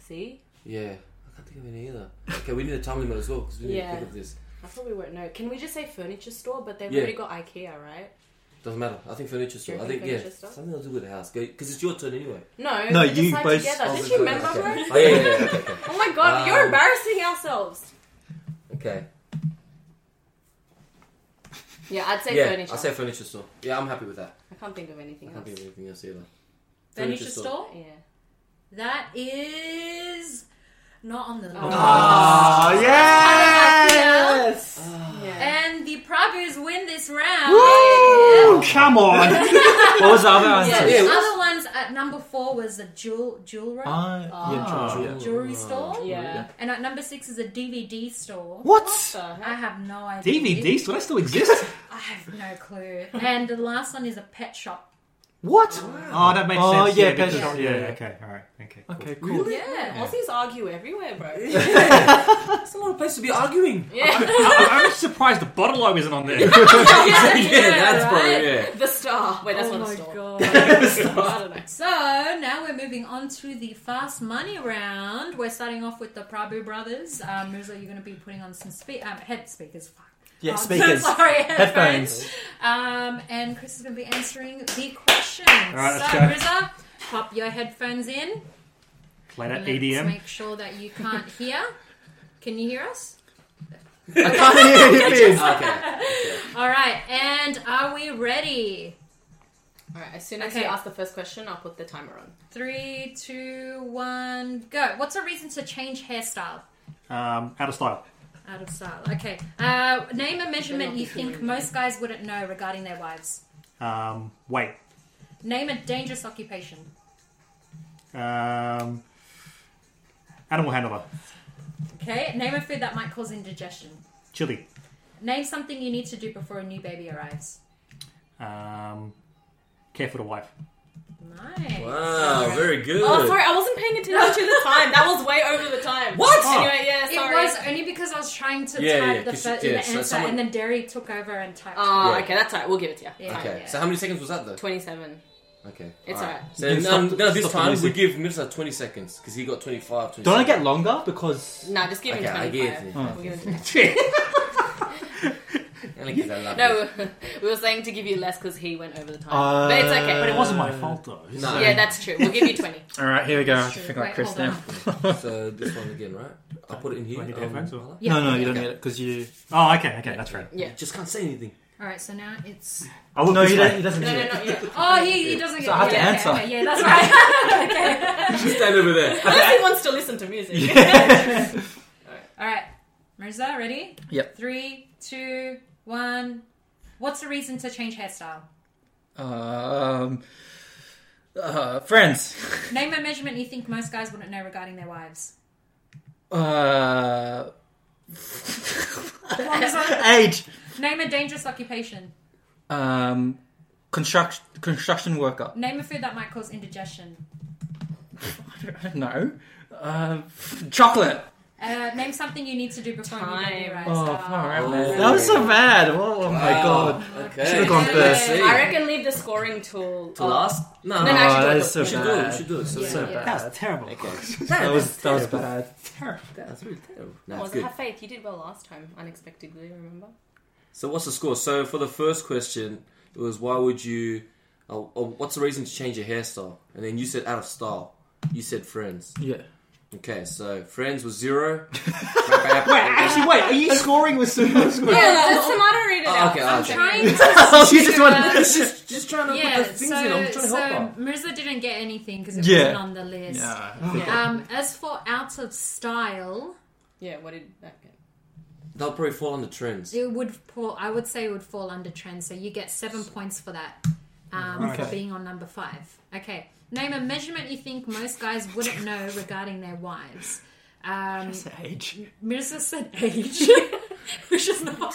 See? Yeah. I can't think of any either. Okay, we need a time limit as well because we need Yeah. to think of this. I probably won't know. Can we just say furniture store? But they've Yeah. already got IKEA, right? Doesn't matter. I think furniture store. You I think think yeah, furniture store? something to do with the house. Because it's your turn anyway. No. No, we you decide both- Together. Oh, Did it's you your- remember, okay. bro? Oh yeah, yeah, yeah, okay, okay. Oh my god, you're Um, embarrassing ourselves. okay. Yeah, I'd say yeah, furniture. I say furniture store. Yeah, I'm happy with that. I can't think of anything I else. can't think of anything else either. Furniture Furniture store. store. Yeah. That is not on the Ah. list. Ah. Oh yes. yeah. And the Prabhus win this round. Oh. Woo! Come on. What was the other answer? Yeah, The what- other ones at number four was the jewel jewelry Ah, yeah, Oh. George, yeah. jewelry store, Yeah. and at number six is a DVD store. What What? the heck? I have no idea. DVD store. That still exists. I have no clue. And the last one is a pet shop. What? Oh, that makes Oh, sense. yeah, because- pet shop, Yeah, yeah. Okay. All right. Okay. cool. Okay, cool. Yeah. Aussies argue everywhere, bro. That's a lot of places to be arguing. Yeah. I, I'm actually surprised the bottle I was not on there. yeah, that's probably yeah. The star. Wait, that's Oh not my a star. god. I don't know. so now we're moving on to the fast money round. We're starting off with the Prabhu brothers. Um, Mirza, you're going to be putting on some spe- um, head speakers. Fuck. Oh, Yeah, I'm so speakers. sorry, Headphones. Um, and Chris is going to be answering the questions. right, let's so, go. Mirza, pop your headphones in. Play that E Let's EDM. make sure that you can't hear. Can you hear us? I can't hear anything. Okay. All right. And are we ready? Alright, as soon as Okay. you ask the first question, I'll put the timer on. Three, two, one, go. What's a reason to change hairstyle? Um, out of style. Out of style. Okay. Uh, name a measurement you think most guys wouldn't know regarding their wives. Um, wait. Name a dangerous occupation. Um, animal handler. Okay. Name a food that might cause indigestion. Chili. Name something you need to do before a new baby arrives. Um, care for the wife. Nice. Wow, very good. Oh, sorry, I wasn't paying attention to the time. That was way over the time. What? Anyway, yeah, It sorry. was only because I was trying to Yeah, type yeah, the, 'cause fir- you- yeah, the so answer, someone- and then Derry took over and typed. Oh, Yeah. okay, that's alright. We'll give it to you. Yeah. Okay, yeah. so how many seconds was that though? Twenty-seven. Okay, It's alright. alright. So You can now, stop- now this stop the time we music. give Mirza 20 seconds because he got 25. 26. Don't I get longer because Nah, just give him Okay, I twenty-five. get it. We'll give him 25. Only 'cause I love No, we were saying to give you less because he went over the time. Uh, but it's okay. But it wasn't my fault though. No. So- Yeah, that's true. We'll give you twenty. all right, here we go. I have to True. think like Wait, Chris hold now. on. it. So this one again, right? I'll put it in here. Do I need um, headphones or- Bala? Yeah. No, no, you don't need it because you. Oh, okay, okay, that's right. Yeah. Just can't say anything. All right, so now it's. I look Oh, No, this he, way. don't, he doesn't need No, no, it. no. Yeah. Oh, he, he doesn't get. So I have to yeah, answer. Okay, okay, yeah, that's right. okay. Stand over there. Unless he wants to listen to music. All right, Mirza, ready? Yep. Three, two, one. What's the reason to change hairstyle? Um, uh, friends. Name a measurement you think most guys wouldn't know regarding their wives. Uh, What was that? age. Name a dangerous occupation. Um, construction construction worker. Name a food that might cause indigestion. No. Uh, chocolate. Uh, name something you need to do before you Time. do right. Oh, style. alright, Oh. man. That was so bad. Oh, my god. Okay. Should've gone Let's first. see. I reckon leave the scoring tool To last? No, No, no, actually, that don't- is Oh, so we should do it. We bad. should do it. So, Yeah. so Yeah. That was terrible. That was that was bad. Terrible. That's really terrible. No, Well, it's good. have faith. You did well last time, unexpectedly. Remember? So what's the score? So for the first question, it was why would you? Oh, oh, what's the reason to change your hairstyle? And then you said out of style. You said friends. Yeah. Okay, so friends was zero. Wait, actually, wait. Are you scoring with super score? Yeah, that's Samara read it Oh, out. okay, I'm okay. trying to. Oh, you just I won. was just, just trying to Yeah, put the things in. I'm so, trying to help so out. Mirza didn't get anything because it Yeah. wasn't on the list. Yeah. Um, as for out of style, Yeah, what did that get? They'll probably fall under trends. it would fall. I would say it would fall under trend. So you get seven points for that um, for Okay. being on number five. Okay, name a measurement you think most guys wouldn't know regarding their wives. Um, Age. Mirza said age, which is not.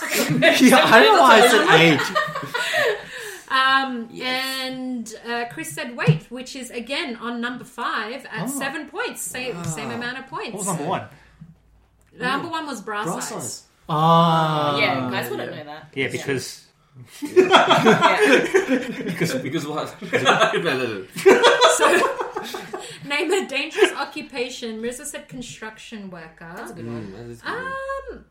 Yeah, I don't know why I said age. Um, And uh, Chris said weight, which is again on number five Oh. at seven points, same same Ah. amount of points. What was number one? Number one was bra, Bra size. size. Ah. Um, yeah, guys wouldn't know that. Yeah, because Yeah. Because because what? no, no, no. So, name a dangerous occupation. Mirza said construction worker. Mm, that is good. Um,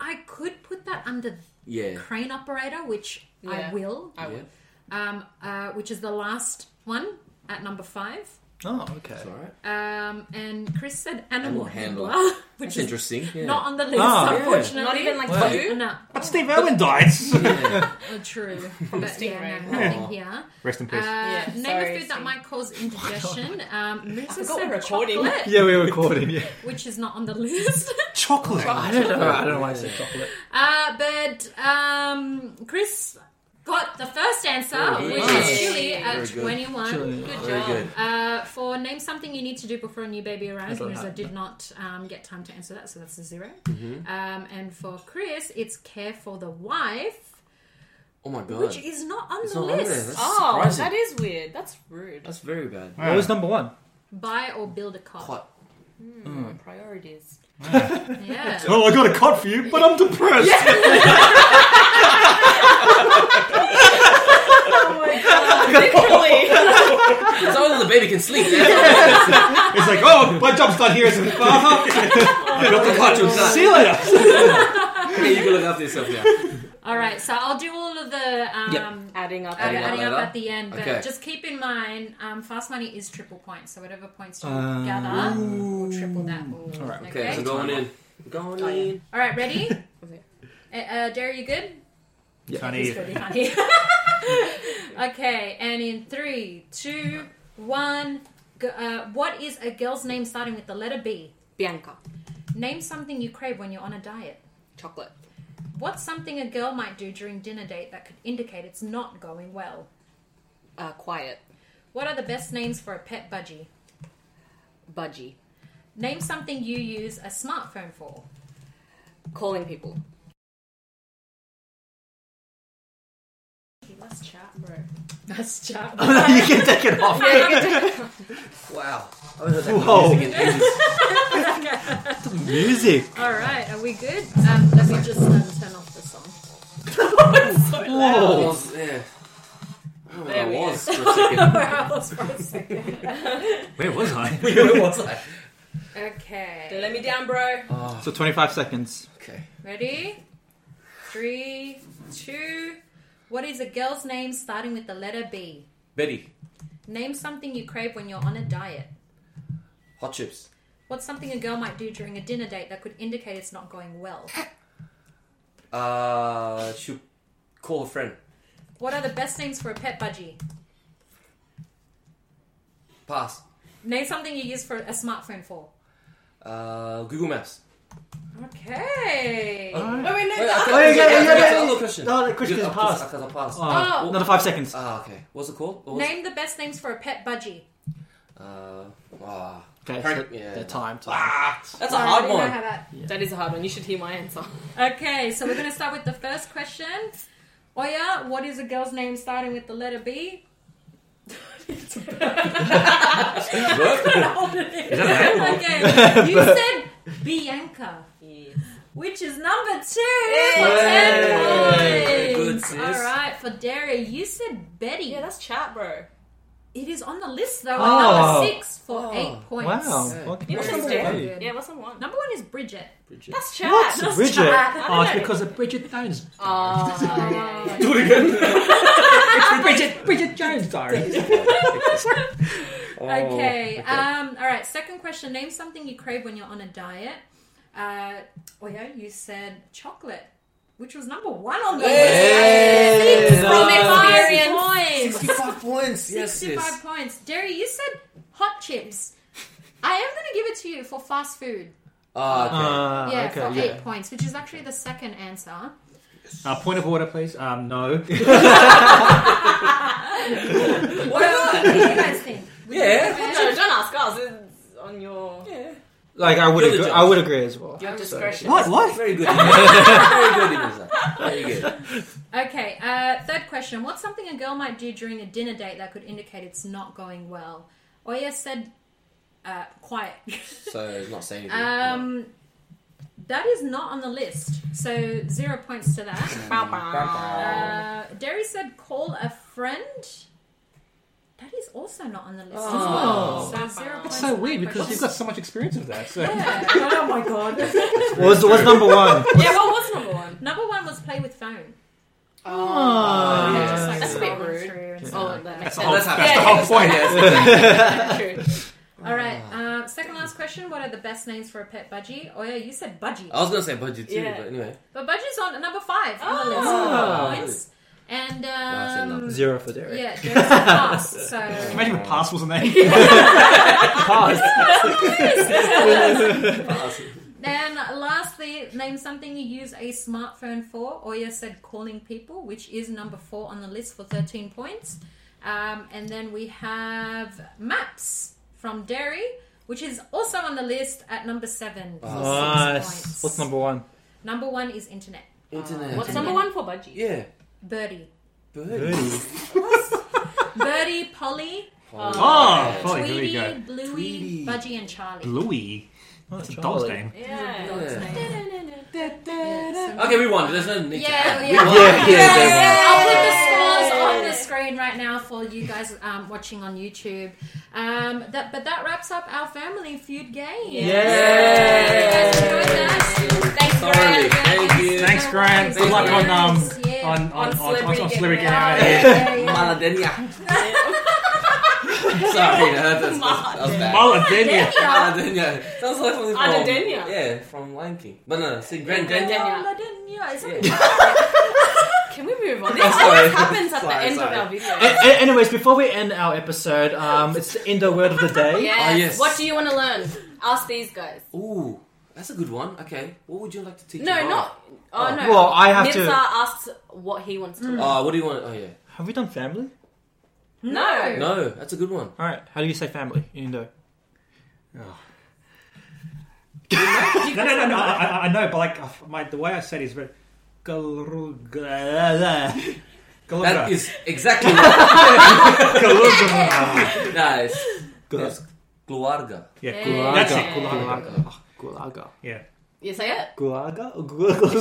I could put that under yeah. crane operator, which I Yeah. will. I yeah. would. Um, uh, which is the last one at number five. Oh, okay. It's alright. Um, and Chris said animal, Animal handler, handler. which It's is interesting. Yeah. not on the list, Ah. Yeah. unfortunately. Not even like Well, you. No, but Steve Irwin died. Yeah. uh, true. But yeah, stingray. no, Oh. nothing here. Rest in Uh, peace. Yeah, name sorry, Oh a food that Steve. might cause indigestion. Um, Mirza forgot said we're recording. chocolate, Yeah, we were recording. Yeah. which is not on the list. Chocolate. I don't know. I don't know why I said chocolate. Uh, but um, Chris got the first answer, Very which good. is Nice. chili at Very good. 21. Chili. Good Very job. good. Uh, for name something you need to do before a new baby arrives, don't because I have did not um, get time to answer that, so that's a 0 Mm-hmm. Um, and for Chris, it's care for the wife, Oh my god. which is not on It's the not on there. list. That's Oh, surprising. that is weird. That's rude. That's very bad. Yeah. What was number one? Buy or build a car. Hot. Hmm. Priorities. Yeah. Oh, I got a cut for you, but I'm depressed. Oh my god! Literally. As long as the baby can sleep. Yeah. It's like, oh, my job's not here. It's like, uh-huh. I got the cut. It's See done. you later. Okay, you can look after yourself now. All right, so I'll do all of the um, Adding up. I'll be Adding up adding up later? at the end, but Okay. just keep in mind, um, fast money is triple points, so whatever points you Um, gather, we'll triple that. All right, okay. Okay, so going in. Going Oh, in. All right, ready? Okay. uh, uh, Derry, you good? Funny. He's really funny. okay, and in three, two, one. Go, uh, what is a girl's name starting with the letter B? Bianca. Name something you crave when you're on a diet. Chocolate. What's something a girl might do during dinner date that could indicate it's not going well? Uh, quiet. What are the best names for a pet budgie? Budgie. Name something you use a smartphone for. Calling people. That's chat, bro. That's chat. Oh, no, you can take it off. Wow. I haven't heard that Whoa. music in ages. Music. All right, are we good? Um, let me just um, turn off the song. I Whoa. was, yeah. I don't know There we where I was for a second. Where was I? where was I? Don't let Okay, me down, bro. Oh, So 25 seconds. okay. ready? Three, two. What is a girl's name starting with the letter B? Betty, Name something you crave when you're on a diet. hot chips. What's something a girl might do during a dinner date that could indicate it's not going well? Uh, she'll call a friend. What are the best names for a pet budgie? Pass. Name something you use for a smartphone for. Uh, Google Maps. Okay. Oh, Wait, wait, no, Wait, no. Oh, yeah, yeah, I can't- I yeah, can't yeah. answer another question. No, that question Because is I pass. passed. Because I passed. Uh, Oh. Another five seconds. Ah, okay. What's it called? What was Name the best names for a pet budgie. It? Uh, ah. Okay, so Frank- the time. time. That's a Sorry, I hard didn't know one. how that- That is a hard one. You should hear my answer. Okay, so we're going to start with the first question. Oya, what is a girl's name starting with the letter B? okay, you said Bianca, which is number two. for Yay. Ten Good, points. sis. All right, for Derry, you said Betty. Yeah, that's chat, bro. it is on the list though. Oh. Number six for Oh. eight points. Wow. Yeah. Okay. Interesting. Very Yeah, what's the one? Number one is Bridget. Bridget. That's chat. What's That's Bridget? chat. I Oh, don't it's know. because of Bridget Jones. Ah, yeah, yeah. Do it again. Bridget, Bridget Jones, sorry. Oh, Okay. Um, all right. Second question. Name something you crave when you're on a diet. Uh, oh yeah, you said chocolate, which was number one on the Yay! list. Six From experience. points. 65 points. Yes, Sixty-five yes. points. Derry, you said hot chips. I am going to give it to you for fast food. Ah, okay. Uh, yeah, okay, for yeah. eight points, which is actually the second answer. Uh, point of order, please. Um, no. Well, what do you guys think? yeah. No, don't ask us. It's on your Like I would, You're the agree, judge. I would agree as well. your discretion. What? What? Very good. Very good, Ineza. Very good. Okay, uh, third question. What's something a girl might do during a dinner date that could indicate it's not going well? Oya said, uh, quiet. So it's not saying anything. um, that is not on the list, so zero points to that. Bow, bow. Uh, Derry said, call a friend. That is also not on the list. Oh. as well. So zero That's points so to that weird because question. you've got so much experience with that. So. Yeah. oh my god. What's, what's number one? Yeah, what was number one? Number one was play with phone. Oh, Yeah, yeah. just like That's a bit scrolling rude. through and stuff Oh, like that that. makes Oh, sense. how- the Yeah, whole point. True. All right. Uh, second last question. What are the best names for a pet budgie? Oh yeah, you said budgie, I was going to say budget too, Yeah. but anyway. but budgie's on number five on the list. Oh. Points. And I said um, nothing. Zero for Derek. yeah, there's a pass. So Imagine if pass was a name. then, lastly, name something you use a smartphone for. Oya said calling people, which is number four on the list for thirteen points. Um, and then we have maps from Derry, which is also on the list at number seven. for six Nice. points. What's number one? Number one is internet. Internet. What's number one for budgie? Yeah. Birdie. Bird. Birdie, Polly, Uh, oh, probably, there Tweety, we go. Bluey, Tweety. Budgie, and Charlie. Louis. That's a dog's name. Yeah. Yeah. Yeah, Okay, we won. There's no yeah, next yeah. round. We won. yeah, yeah. I'll put the scores on the screen right now for you guys um, watching on YouTube. Um, that, but that wraps up our family feud game. Thanks, Thoroughly. Grant. Thank you. Thanks, Grant. Good luck on um Yes, yeah. on on on, on, on Celebrity Celebrity Get Out. Get Out. Yeah, yeah. Maladenia. Sorry, that, that's, that was bad. Maladenia. Maladenia. Sounds like something from... Adadenia. Yeah, from Lion King. But no, no, see, Grand Yeah. Grand Maladenia, is it? Yeah. Can we move on? This I'm sorry. always happens at the Sorry, end of sorry. our video. A- a- anyways, before we end our episode, um, it's the Indo word of the day. Yes. Oh, yes. What do you want to learn? Ask these guys. Ooh, that's a good one. Okay, what would you like to teach No, your not. Oh, no. Well, I have Nipsa to. asks what he wants to learn. mom? Uh, what do you want? Oh, yeah. Have we done family? No. No, that's a good one. All right. How do you say family in Indo? No, no, no, no. I, I- I know, but like uh, my the way I said it is very. That is exactly what. nice. That's Gluarga. Yeah, Yeah. That's it. Gulaga. Oh, Gulaga. Yeah. You say it? Gulaga? Oh,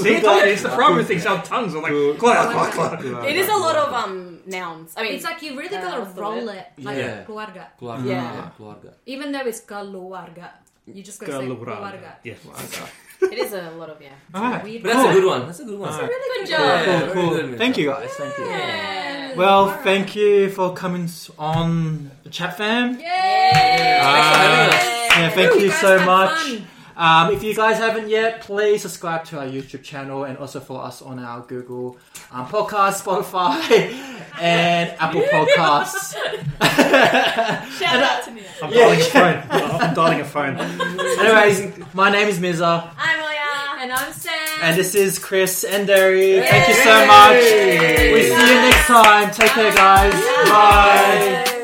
See, it's, Gulaga. it's the problem with things. Our tongues are like. Gluarga, Gluarga. It is a lot of um nouns. I mean, It's like you really Uh, gotta what's the roll word? it, like Yeah. Gluarga. Gluarga. Yeah. Yeah, Gluarga. Even though it's Galuarga, you just gotta say Gluarga. Gluarga. Yeah. it is a lot of yeah. Alright. Weird. But that's a good one. That's a good one. Good Yeah, job. very Cool, cool. good. Thank you guys. Thank you. Yeah. Well, thank you for coming s- on the chat fam. Yay! Yeah, Ah. thank Ooh, you guys so had much. fun. Um, if you guys haven't yet, please subscribe to our YouTube channel and also follow us on our Google um, podcast, Spotify, and Apple Podcasts. Shout out to me. I'm Yeah. dialing a phone. I'm dialing a phone. Anyways, my name is Mirza, I'm Oya. And I'm Sam. and this is Chris and Derry. Thank you so much. We see you next time. Take care, guys. Bye. Bye.